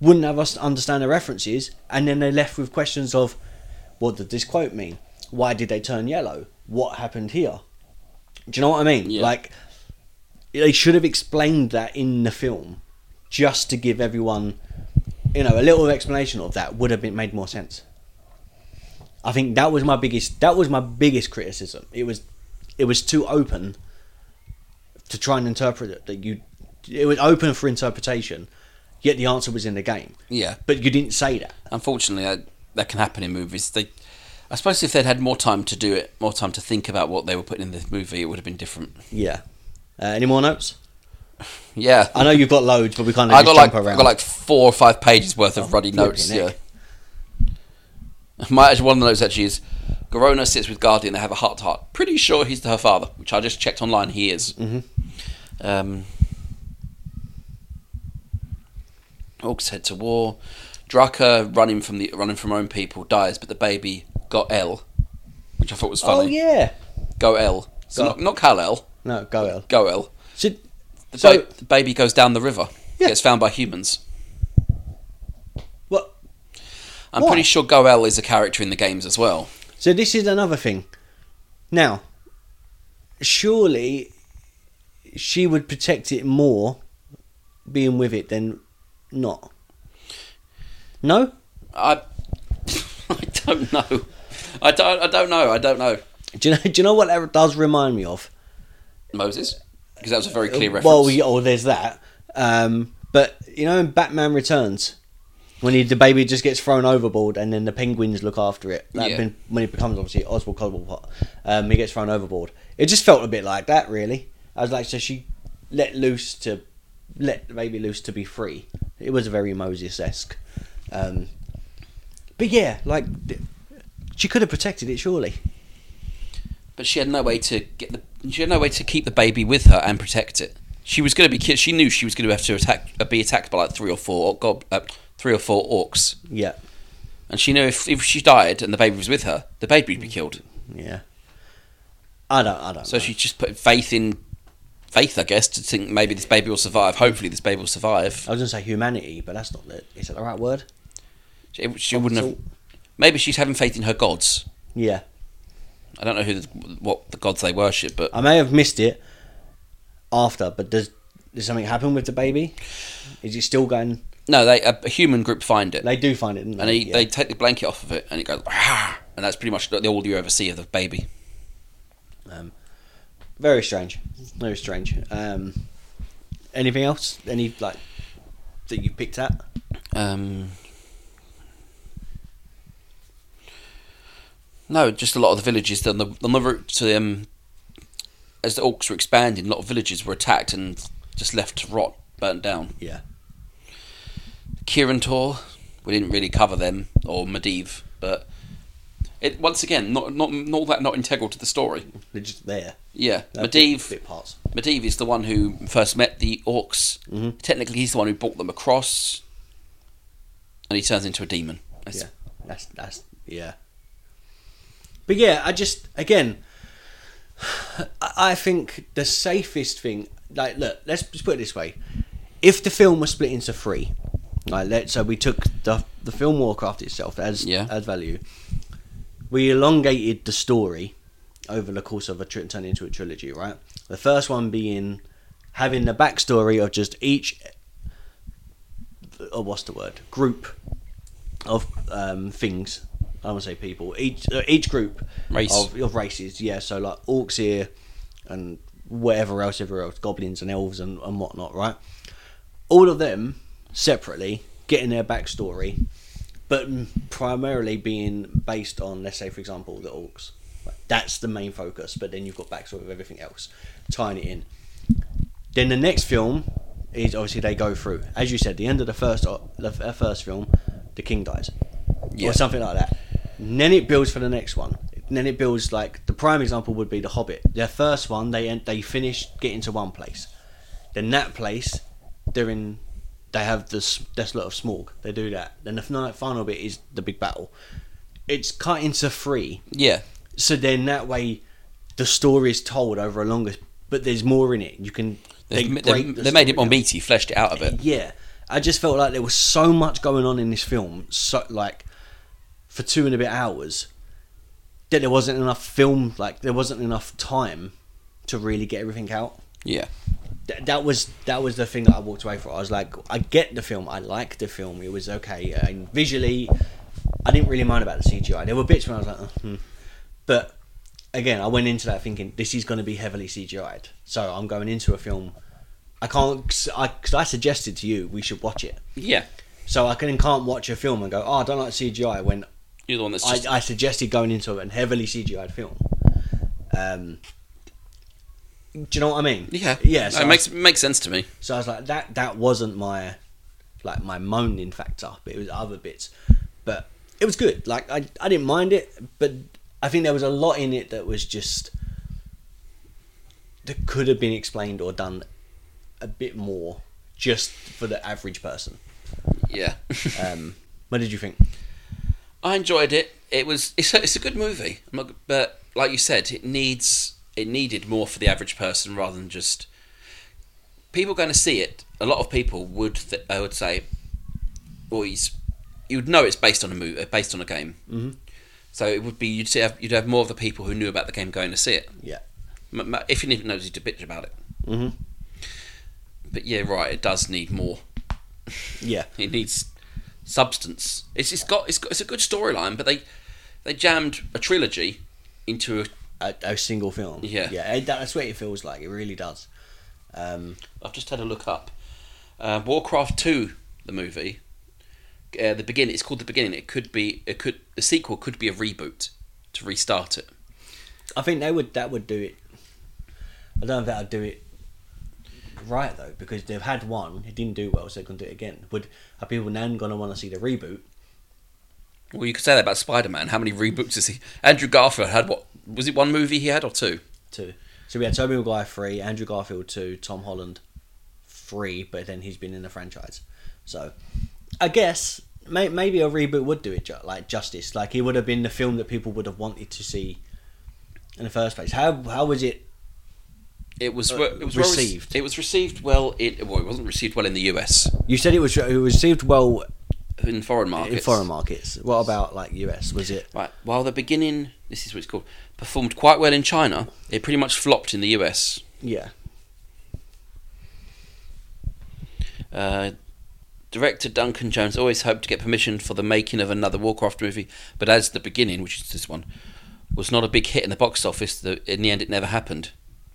Speaker 1: wouldn't have us understand the references, and then they're left with questions of, what did this quote mean? Why did they turn yellow? What happened here? Do you know what I mean?
Speaker 2: Yeah.
Speaker 1: Like, they should have explained that in the film, just to give everyone, you know, a little explanation of that would have been made more sense. I think that was my biggest that was my biggest criticism. It was it was too open to try and interpret it that you it was open for interpretation, yet the answer was in the game.
Speaker 2: Yeah.
Speaker 1: But you didn't say that.
Speaker 2: Unfortunately, that, that can happen in movies. They, I suppose, if they'd had more time to do it, more time to think about what they were putting in the movie, it would have been different.
Speaker 1: Yeah. Uh, any more notes?
Speaker 2: Yeah.
Speaker 1: I know you've got loads, but we kind of
Speaker 2: I
Speaker 1: just
Speaker 2: got
Speaker 1: jump
Speaker 2: like
Speaker 1: around. Oh,
Speaker 2: I got like four or five pages worth of ruddy
Speaker 1: flipping
Speaker 2: notes. Yeah.
Speaker 1: heck.
Speaker 2: [laughs] My one of the notes actually is, Garona sits with Guardian. They have a heart to heart. Pretty sure he's her father, which I just checked online. He is.
Speaker 1: Mhm.
Speaker 2: Um, Orcs head to war. Draka running from the running from her own people dies, but the baby got L, which I thought was
Speaker 1: oh
Speaker 2: funny.
Speaker 1: yeah.
Speaker 2: Go L. So
Speaker 1: Go-
Speaker 2: not, not Kal El.
Speaker 1: No, go El.
Speaker 2: Go L.
Speaker 1: So,
Speaker 2: The,
Speaker 1: So-
Speaker 2: ba- the baby goes down the river.
Speaker 1: Yeah.
Speaker 2: Gets found by humans.
Speaker 1: what?
Speaker 2: I'm
Speaker 1: Why?
Speaker 2: pretty sure Goel is a character in the games as well.
Speaker 1: So this is another thing. Now, surely she would protect it more being with it than not. No?
Speaker 2: I, [laughs] I don't know. I don't. I don't know. I don't know.
Speaker 1: Do you know [laughs] do you know what that does remind me of?
Speaker 2: Moses, because that was a very clear reference.
Speaker 1: Well, we, oh, there's that. Um, but you know, in Batman Returns, when he, the baby just gets thrown overboard, and then the penguins look after it. That
Speaker 2: Yeah.
Speaker 1: been- when it becomes obviously Oswald Cobblepot, um, he gets thrown overboard. It just felt a bit like that, really. I was like, so she let loose to let the baby loose to be free. It was very Moses esque. Um, but yeah, like th- she could have protected it, surely.
Speaker 2: but she had no way to get the. She had no way to keep the baby with her and protect it. She was going to be. ki- She knew she was going to have to attack, uh, be attacked by like three or four or gob, uh, three or four orcs,
Speaker 1: Yeah,
Speaker 2: and she knew if, if she died and the baby was with her, the baby would be killed.
Speaker 1: yeah. I don't. I don't.
Speaker 2: So
Speaker 1: know.
Speaker 2: she just put faith in, faith, I guess, to think maybe this baby will survive. Hopefully, this baby will survive.
Speaker 1: I was going to say humanity, but that's not the. Is that the right word?
Speaker 2: She, she wouldn't have. Maybe she's having faith in her gods.
Speaker 1: Yeah,
Speaker 2: I don't know who the, what the gods they worship, but
Speaker 1: I may have missed it after, but does does something happen with the baby? Is it still going?
Speaker 2: No, they a, a human group find it,
Speaker 1: They do find it, didn't they?
Speaker 2: and they,
Speaker 1: Yeah.
Speaker 2: they take the blanket off of it, and it goes, "Ah," and that's pretty much the- all you ever see of the baby.
Speaker 1: Um, very strange. Very strange. Um, anything else? Any like that you picked at?
Speaker 2: Um, no, just a lot of the villages on the on the route to um, as the orcs were expanding, a lot of villages were attacked and just left to rot, burnt down.
Speaker 1: Yeah.
Speaker 2: Kirantor, we didn't really cover them or Medivh, but it once again not not not all that not integral to the story.
Speaker 1: They're just there.
Speaker 2: Yeah,
Speaker 1: They're
Speaker 2: Medivh.
Speaker 1: Bit, bit parts.
Speaker 2: Medivh is the one who first met the orcs. Technically, he's the one who brought them across, and he turns into a demon. That's-
Speaker 1: Yeah. That's that's yeah. But yeah, I just again, I I think the safest thing, like, look, let's just put it this way: if the film was split into three, like, let so we took the the film Warcraft itself as
Speaker 2: Yeah.
Speaker 1: as value, we elongated the story over the course of a tri- turn into a trilogy, right? The first one being having the backstory of just each, or what's the word, group of um, things. I want to say people. Each uh, each group
Speaker 2: Race.
Speaker 1: of, of races, yeah. So like orcs here, and whatever else, everywhere else, goblins and elves and, and whatnot, right? All of them separately getting their backstory, but m- primarily being based on, let's say, for example, the orcs. That's the main focus, but then you've got backstory of everything else, tying it in. Then the next film is obviously they go through, as you said, the end of the first o- the f- uh, first film, the king dies,
Speaker 2: Yeah.
Speaker 1: or something like that. And then it builds for the next one. And then it builds like the prime example would be the Hobbit. Their first one, they en- they finish getting to one place. Then that place, they're in. They have this desolate of Smog. They do that. Then the fin- final bit is the big battle. It's cut into three
Speaker 2: Yeah,
Speaker 1: so then that way the story is told over a longer but there's more in it you can
Speaker 2: they,
Speaker 1: they,
Speaker 2: they,
Speaker 1: break the
Speaker 2: they made it
Speaker 1: story
Speaker 2: more
Speaker 1: down.
Speaker 2: meaty, fleshed it out a bit.
Speaker 1: yeah i just felt like there was so much going on in this film so like for two and a bit hours that there wasn't enough film like there wasn't enough time to really get everything out
Speaker 2: Yeah,
Speaker 1: Th- that was that was the thing that I walked away from. I was like, I get the film, I like the film, it was okay, and visually, I didn't really mind about the CGI. There were bits when I was like, uh, hmm. but again, I went into that thinking this is going to be heavily CGI'd, so I'm going into a film. I can't, cause I, cause I suggested to you we should watch it,
Speaker 2: yeah.
Speaker 1: so I can, can't watch a film and go, oh, I don't like CGI when
Speaker 2: You're the one that's
Speaker 1: I,
Speaker 2: just,
Speaker 1: I suggested going into an heavily CGI'd film. Um, do you know what I mean?
Speaker 2: yeah,
Speaker 1: Yeah. so
Speaker 2: No, it
Speaker 1: I-
Speaker 2: makes makes sense to me.
Speaker 1: so I was like, that that wasn't my like my moaning factor, but it was other bits. But it was good. Like I I didn't mind it, but I think there was a lot in it that was just that could have been explained or done a bit more just for the average person.
Speaker 2: Yeah, [laughs]
Speaker 1: Um, what did you think?
Speaker 2: I enjoyed it. It was it's a, it's a good movie, I'm not, but like you said, it needs it needed more for the average person rather than just people going to see it. A lot of people would th- I would say, well, he's, you'd know it's based on a movie, based on a game. Mm-hmm. So it would be you'd see you'd have more of the people who knew about the game going to see it.
Speaker 1: Yeah.
Speaker 2: M- m- if you didn't know, did a bitch about it.
Speaker 1: Mhm.
Speaker 2: But yeah, right. It does need more.
Speaker 1: Yeah.
Speaker 2: It needs substance. It's it's got it's got it's a good storyline, but they they jammed a trilogy into a
Speaker 1: A, a single film.
Speaker 2: Yeah.
Speaker 1: Yeah. it- That's what it feels like. It really does. Um,
Speaker 2: I've just had a look up. Uh, Warcraft Two, the movie. Uh, the beginning. It's called the beginning. It could be. It could. The sequel could be a reboot to restart it.
Speaker 1: I think they would that would do it. I don't know if that would do it right though, because they've had one, it didn't do well, so they're gonna do it again. Would are people now gonna want to see the reboot?
Speaker 2: Well, you could say that about Spider Man. How many reboots has he? Andrew Garfield had what? Was it one movie he had or two?
Speaker 1: Two. So we had Tobey Maguire three, Andrew Garfield two, Tom Holland three, but then he's been in the franchise. So I guess may, maybe a reboot would do it ju- like justice. Like it would have been the film that people would have wanted to see in the first place. How how was it?
Speaker 2: It was.
Speaker 1: Uh,
Speaker 2: it was
Speaker 1: received.
Speaker 2: Well, it was received well. It well, it wasn't received well in the U.S.
Speaker 1: You said it was it was received well
Speaker 2: in foreign markets.
Speaker 1: in foreign markets. What about like US? Was it?
Speaker 2: Right. While the beginning, this is what it's called, performed quite well in China, it pretty much flopped in the US.
Speaker 1: Yeah.
Speaker 2: Uh, Director Duncan Jones always hoped to get permission for the making of another Warcraft movie, but as the beginning, which is this one, was not a big hit in the box office, the, in the end it never happened.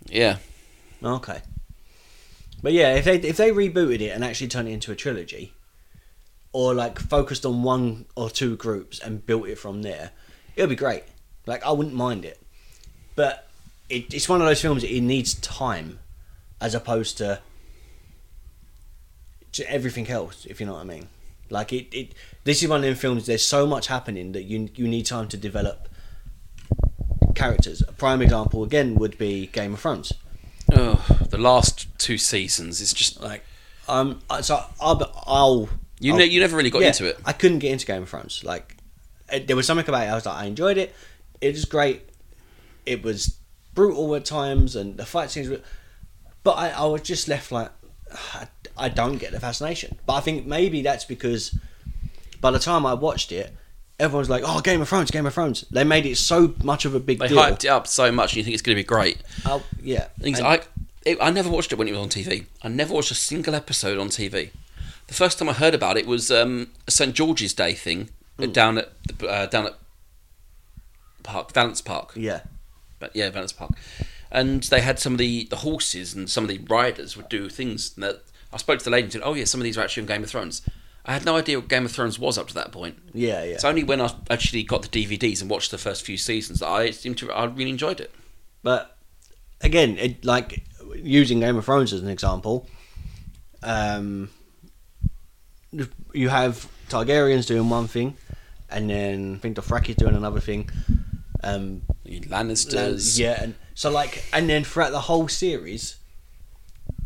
Speaker 2: Yeah.
Speaker 1: Okay. But yeah, if they if they rebooted it and actually turned it into a trilogy, or like focused on one or two groups and built it from there, it would be great. Like I wouldn't mind it, but it, it's one of those films. that It needs time, as opposed to to everything else. If you know what I mean. Like it, it this is one of them films. There's so much happening that you you need time to develop characters. A prime example again would be Game of Thrones.
Speaker 2: Oh, the last two seasons is just like
Speaker 1: Um, I- so I'll, I'll
Speaker 2: you
Speaker 1: I'll-
Speaker 2: ne- you never really got
Speaker 1: yeah,
Speaker 2: into it.
Speaker 1: I couldn't get into Game of Thrones. Like, it, there was something about it. I was like, I enjoyed it. It was great. It was brutal at times, and the fight scenes were. But I, I was just left like, [sighs] I, I don't get the fascination. But I think maybe that's because by the time I watched it, everyone's like, "Oh, Game of Thrones, Game of Thrones." They made it so much of a big
Speaker 2: They
Speaker 1: deal.
Speaker 2: hyped it up so much, and you think it's going to be great.
Speaker 1: Oh, yeah,
Speaker 2: Things
Speaker 1: And-
Speaker 2: I it, I never watched it when it was on TV. I never watched a single episode on TV. The first time I heard about it was um, a St George's Day thing uh,
Speaker 1: Hmm.
Speaker 2: down at the, uh, down at Park Valence Park.
Speaker 1: yeah,
Speaker 2: But yeah, Valence Park, and they had some of the, the horses and some of the riders would do things that I spoke to the lady and said, "Oh yeah, some of these are actually in Game of Thrones." I had no idea what Game of Thrones was up to that point.
Speaker 1: yeah, yeah.
Speaker 2: It's only when I actually got the DVDs and watched the first few seasons that I seemed to I really enjoyed it.
Speaker 1: But again, it, like using Game of Thrones as an example, um, you have Targaryens doing one thing, and then I think Dothraki's doing another thing. Um,
Speaker 2: The Lannisters,
Speaker 1: yeah, and so like, and then throughout the whole series,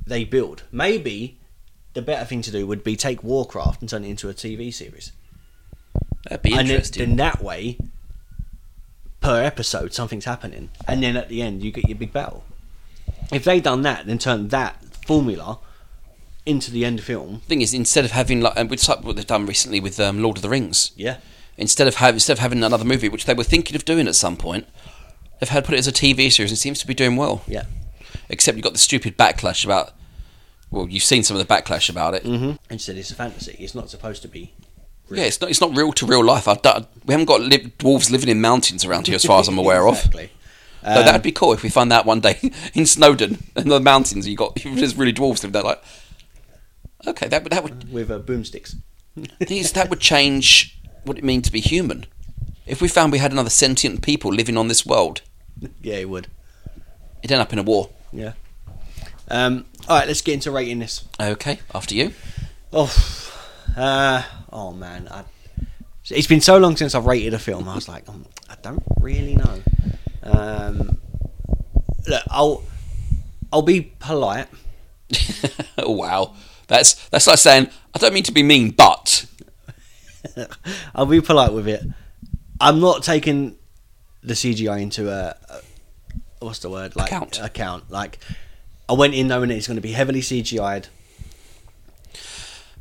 Speaker 1: they build. Maybe the better thing to do would be take Warcraft and turn it into a TV series,
Speaker 2: that'd be
Speaker 1: and then,
Speaker 2: interesting.
Speaker 1: then that way, per episode, something's happening, and then at the end, you get your big battle if they done that, then turned that formula into the end film.
Speaker 2: thing is, instead of having like, and it's like what they've done recently with um, Lord of the Rings,
Speaker 1: Yeah.
Speaker 2: instead of have, instead of having another movie, which they were thinking of doing at some point, they've had put it as a TV series and it seems to be doing well.
Speaker 1: Yeah.
Speaker 2: Except you got the stupid backlash about. Well, you've seen some of the backlash about it.
Speaker 1: Mm-hmm. And said it's a fantasy. It's not supposed to be.
Speaker 2: Yeah, it's not it's not real to real life. I don't- we haven't got li- dwarves living in mountains around here, as far as I'm aware of.
Speaker 1: exactly. Um,
Speaker 2: Though that'd be cool if we find that one day [laughs] in Snowdon in the mountains. You got [laughs] there's really dwarves living there. Like, okay, that would that would
Speaker 1: With uh, boomsticks.
Speaker 2: thing is, that would change what it means to be human. If we found we had another sentient people living on this world,
Speaker 1: Yeah, it would.
Speaker 2: it'd end up in a war.
Speaker 1: Yeah. Um, all right, let's get into rating this.
Speaker 2: Okay, after you. [laughs]
Speaker 1: Oh, uh, oh man, I, it's been so long since I've rated a film. I was like, um, I don't really know. Um, look, I'll I'll be polite. [laughs]
Speaker 2: oh, wow, that's that's like saying I don't mean to be mean, but
Speaker 1: I'll be polite with it. I'm not taking the CGI into a, a what's the word like
Speaker 2: Account.
Speaker 1: Account. Like I went in knowing it's going to be heavily CGI'd.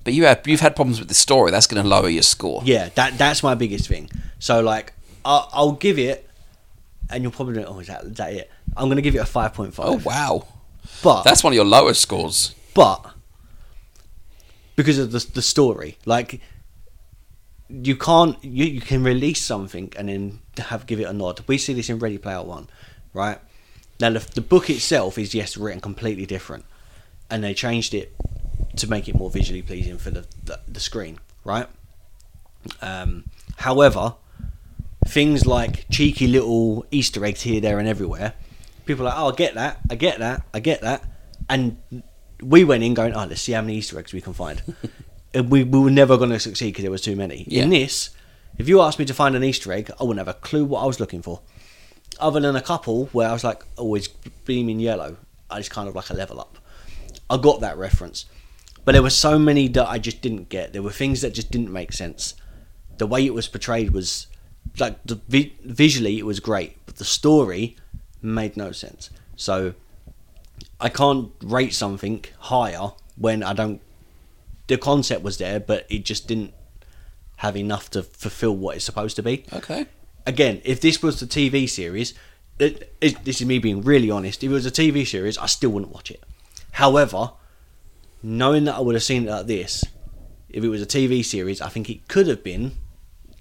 Speaker 2: but you have you've had problems with the story. That's going to lower your score.
Speaker 1: Yeah, that that's my biggest thing. So like I'll, I'll give it, and you'll probably think, oh is that is that it? I'm going to give it a five point five.
Speaker 2: Oh wow,
Speaker 1: but
Speaker 2: that's one of your lowest scores.
Speaker 1: but because of the the story, like you can't you, you can release something and then have give it a nod. We see this in Ready Player One, right? Now the, the book itself is yes written completely different, and they changed it to make it more visually pleasing for the the, the screen, right? Um, however, things like cheeky little Easter eggs here, there, and everywhere. People are like, oh, I get that, I get that, I get that, and we went in going, oh, let's see how many Easter eggs we can find. and we, we were never going to succeed because there was too many.
Speaker 2: Yeah.
Speaker 1: In this, if you asked me to find an Easter egg, I wouldn't have a clue what I was looking for, other than a couple where I was like, oh, it's beaming yellow. It's kind of like a level up. I got that reference. But there were so many that I just didn't get. There were things that just didn't make sense. The way it was portrayed was like the vi- visually it was great, but the story made no sense. So I can't rate something higher when I don't. The concept was there, but it just didn't have enough to fulfill what it's supposed to be
Speaker 2: Okay,
Speaker 1: again, if this was the TV series, it, it, this is me being really honest. If it was a TV series, I still wouldn't watch it. However, knowing that I would have seen it like this, If it was a TV series, I think it could have been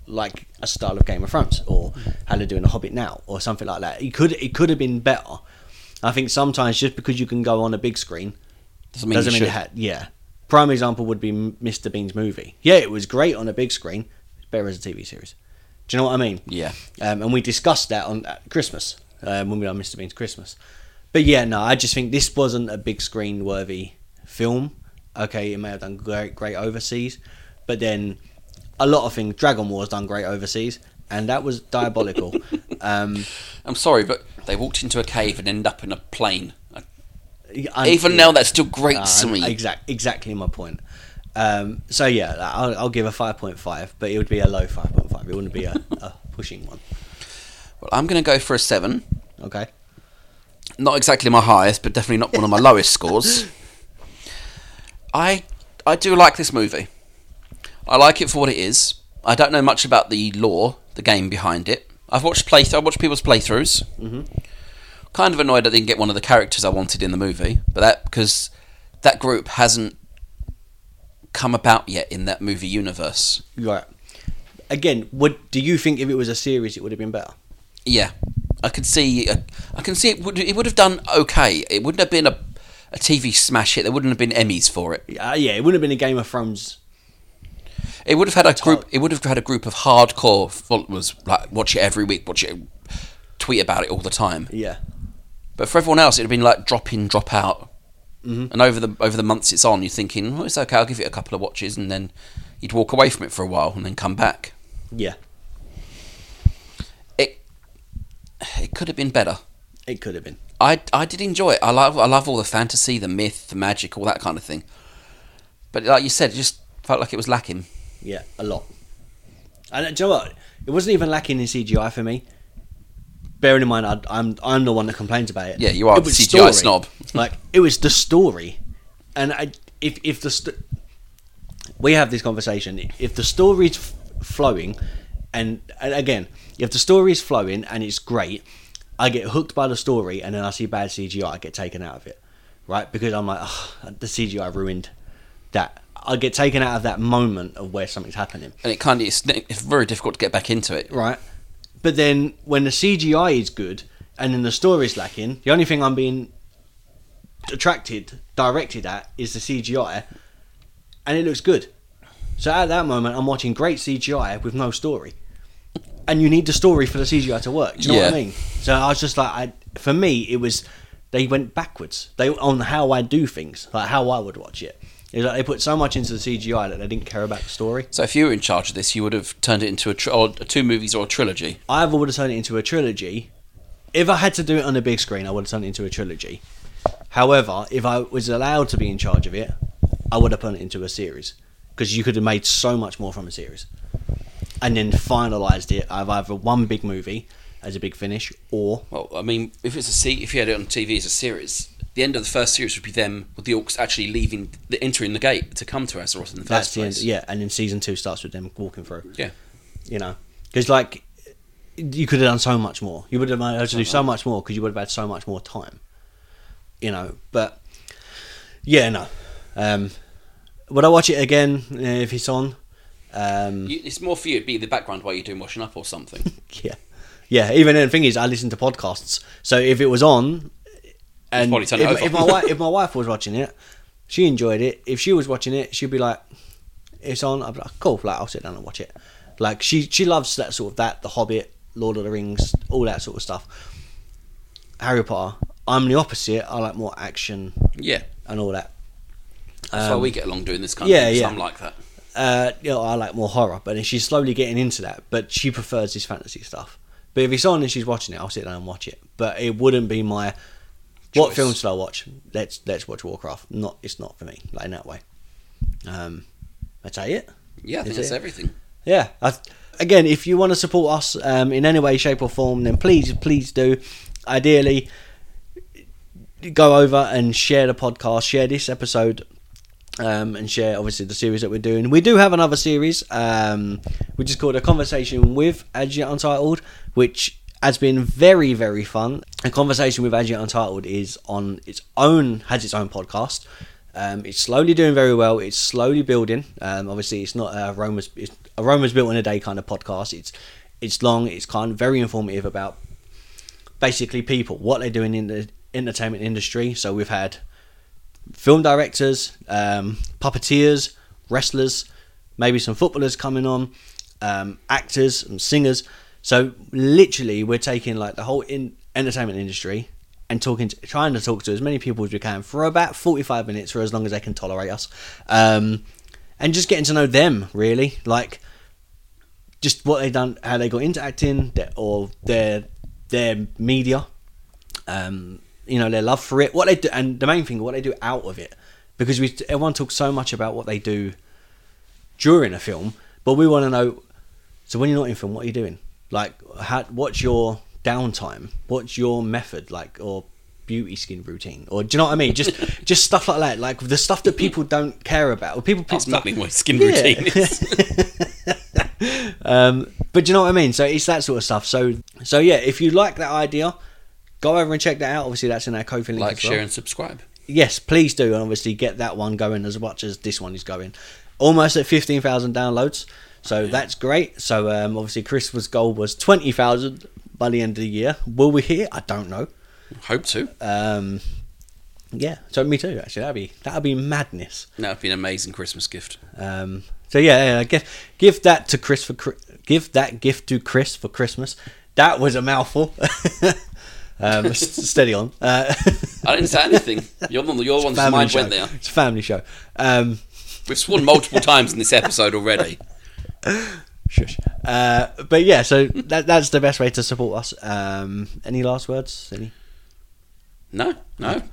Speaker 1: like a style of Game of Thrones or how they're doing a Hobbit now or something like that. It could it could have been better. I think sometimes just because you can go on a big screen
Speaker 2: Doesn't mean
Speaker 1: doesn't
Speaker 2: you
Speaker 1: mean it
Speaker 2: should.
Speaker 1: had. Yeah, prime example would be M- Mr. Bean's movie. Yeah, it was great on a big screen, it's better as a TV series. Do you know what I mean?
Speaker 2: Yeah.
Speaker 1: Um, and we discussed that on at Christmas um, when we done Mr. Bean's Christmas. But yeah, no, I just think this wasn't a big screen worthy film. Okay, it may have done great, great overseas, but then a lot of things. Dragon War's done great overseas, and that was
Speaker 2: [laughs]
Speaker 1: diabolical. um,
Speaker 2: I'm sorry, but they walked into a cave and end up in a plane.
Speaker 1: I'm-
Speaker 2: Even now, that's still great
Speaker 1: Ah,
Speaker 2: to me.
Speaker 1: Exact, exactly my point. Um, so yeah, I'll, I'll give a five point five, but it would be a low five point five. It wouldn't be a, a pushing one.
Speaker 2: Well, I'm going to go for a seven.
Speaker 1: Okay.
Speaker 2: Not exactly my highest, but definitely not one of my lowest scores. I I do like this movie. I like it for what it is. I don't know much about the lore, the game behind it. I've watched play. I watched people's playthroughs. Mm-hmm. Kind of annoyed I didn't get one of the characters I wanted in the movie, but that because that group hasn't come about yet in that movie universe.
Speaker 1: Right. Again, would do you think if it was a series, it would have been better?
Speaker 2: Yeah, I could see. I, I can see it would. It would have done okay. It wouldn't have been a a TV smash hit. There wouldn't have been Emmys for it.
Speaker 1: Uh, yeah, it wouldn't have been a Game of Thrones.
Speaker 2: It would have had a group. It would have had a group of hardcore followers like watch it every week, watch it, tweet about it all the time.
Speaker 1: Yeah.
Speaker 2: But for everyone else, it'd have been like drop in, drop out. Mm-hmm. And over the over the months it's on, you're thinking, well, it's okay. I'll give it a couple of watches, and then you'd walk away from it for a while, and then come back.
Speaker 1: Yeah.
Speaker 2: It it could have been better.
Speaker 1: It could have been.
Speaker 2: I, I did enjoy it. I love I love all the fantasy, the myth, the magic, all that kind of thing. But like you said, it just felt like it was lacking.
Speaker 1: Yeah, a lot. And uh, do you know what? It wasn't even lacking in CGI for me. Bearing in mind, I, I'm I'm the one that complains about it.
Speaker 2: Yeah, you are
Speaker 1: It
Speaker 2: the
Speaker 1: was
Speaker 2: CGI snob.
Speaker 1: [laughs] like it was the story, and I, if if the st- we have this conversation, if the story's f- flowing, and, and again, if the story's flowing and it's great, I get hooked by the story, and then I see bad CGI, I get taken out of it, right? Because I'm like, oh, the CGI ruined that. I get taken out of that moment of where something's happening
Speaker 2: And it kind of it's, it's very difficult to get back into it.
Speaker 1: right? But then when the CGI is good and then the story's lacking, the only thing I'm being attracted, directed at is the CGI, and it looks good. So at that moment, I'm watching great CGI with no story, and you need the story for the CGI to work. Do you know what I
Speaker 2: Yeah.
Speaker 1: mean? So I was just like, I, for me, it was they went backwards. They on how I do things, like how I would watch it. It was like they put so much into the CGI that they didn't care about the story.
Speaker 2: So if you were in charge of this, you would have turned it into a, tr- or two movies or a trilogy.
Speaker 1: I either would have turned it into a trilogy. If I had to do it on a big screen, I would have turned it into a trilogy. However, if I was allowed to be in charge of it, I would have put it into a series because you could have made so much more from a series, and then finalized it. I've either one big movie as a big finish, or
Speaker 2: Well, I mean, if it's a se- if you had it on TV as a series, the end of the first series would be them with the orcs actually leaving, the, entering the gate to come to Azeroth in the first
Speaker 1: that's the end.
Speaker 2: place.
Speaker 1: Yeah, and then season two starts with them walking through.
Speaker 2: yeah.
Speaker 1: you know, because like you could have done so much more. You would have had to do so much more because you would have had so much more time. You know, but yeah, no. Um, would I watch it again eh, if it's on? Um,
Speaker 2: You, it's more for you. It'd be the background while you're doing washing up
Speaker 1: [laughs]
Speaker 2: or something.
Speaker 1: yeah, yeah. Even then, the thing is, I listen to podcasts, so if it was on, and
Speaker 2: probably turn it
Speaker 1: if,
Speaker 2: over.
Speaker 1: if my wife, if my wife was watching it, she enjoyed it. If she was watching it, she'd be like, "It's on." I'd be like, "Cool, like I'll sit down and watch it." Like she, she loves that sort of that, The Hobbit, Lord of the Rings, all that sort of stuff. Harry Potter. I'm the opposite. I like more action
Speaker 2: [laughs] yeah.
Speaker 1: and all that.
Speaker 2: That's why we get along doing this kind
Speaker 1: Um, yeah,
Speaker 2: of thing. 'cause
Speaker 1: yeah.
Speaker 2: I'm like that.
Speaker 1: uh, you know, I like more horror, but then she's slowly getting into that. But she prefers this fantasy stuff. But if it's on and she's watching it, I'll sit down and watch it. But it wouldn't be my what
Speaker 2: Choice.
Speaker 1: films should I watch? Let's let's watch Warcraft. Not it's not for me like in that way. Um, that's it.
Speaker 2: Yeah, I think
Speaker 1: Is
Speaker 2: that's
Speaker 1: it?
Speaker 2: everything.
Speaker 1: Yeah. I, again, if you want to support us um, in any way, shape, or form, then please, please do. Ideally, go over and share the podcast, share this episode, um, and share obviously the series that we're doing. We do have another series, um, which is called A Conversation with Adjit Untitled, which has been very, very fun. A Conversation with Adjit Untitled is on its own, has its own podcast. Um, it's slowly doing very well. It's slowly building. Um, obviously, it's not a Roma's it's a Roma's built in a day kind of podcast. It's it's long. It's kind of very informative about basically people what they're doing in the entertainment industry. So we've had film directors, um, puppeteers, wrestlers, maybe some footballers coming on, um, actors and singers. So literally, we're taking like the whole in- entertainment industry and talking, to, trying to talk to as many people as we can for about forty-five minutes, for as long as they can tolerate us, um, and just getting to know them really, like just what they done, how they got into acting, their, or their their media, um, you know, their love for it, what they do, and the main thing, what they do out of it, because we everyone talks so much about what they do during a film, but we want to know. So when you're not in film, what are you doing? Like, how, what's your downtime? What's your method? Like, or beauty skin routine? Or do you know what I mean? Just
Speaker 2: [laughs]
Speaker 1: just stuff like that, like the stuff that people don't care about. Or people
Speaker 2: That's
Speaker 1: stuff-
Speaker 2: not me, my skin
Speaker 1: Yeah.
Speaker 2: routine [laughs] is.
Speaker 1: [laughs] um, but do you know what I mean? So it's that sort of stuff. So so yeah, if you like that idea, go over and check that out. Obviously, that's in our Kofi link.
Speaker 2: like,
Speaker 1: as well.
Speaker 2: share, and subscribe.
Speaker 1: Yes, please do, and obviously get that one going as much as this one is going. Almost at fifteen thousand downloads, so that's great. So um, obviously, Christmas goal was twenty thousand by the end of the year. Will we hit? it? I don't know.
Speaker 2: Hope to.
Speaker 1: Um, yeah, so me too. Actually, that'd be that'd be madness.
Speaker 2: That would be an amazing Christmas gift.
Speaker 1: Um, so yeah, yeah, give give that to Chris for Chri- give that gift to Chris for Christmas. That was a mouthful. [laughs] um, [laughs] s- steady on. Uh, [laughs]
Speaker 2: I didn't say anything. Your one, your one's
Speaker 1: family
Speaker 2: mind
Speaker 1: show.
Speaker 2: went there.
Speaker 1: It's a family show. Um,
Speaker 2: We've sworn multiple [laughs] times in this episode already.
Speaker 1: shush. Uh, but yeah, so that, that's the best way to support us. Um, any last words? Any?
Speaker 2: [laughs] No, no.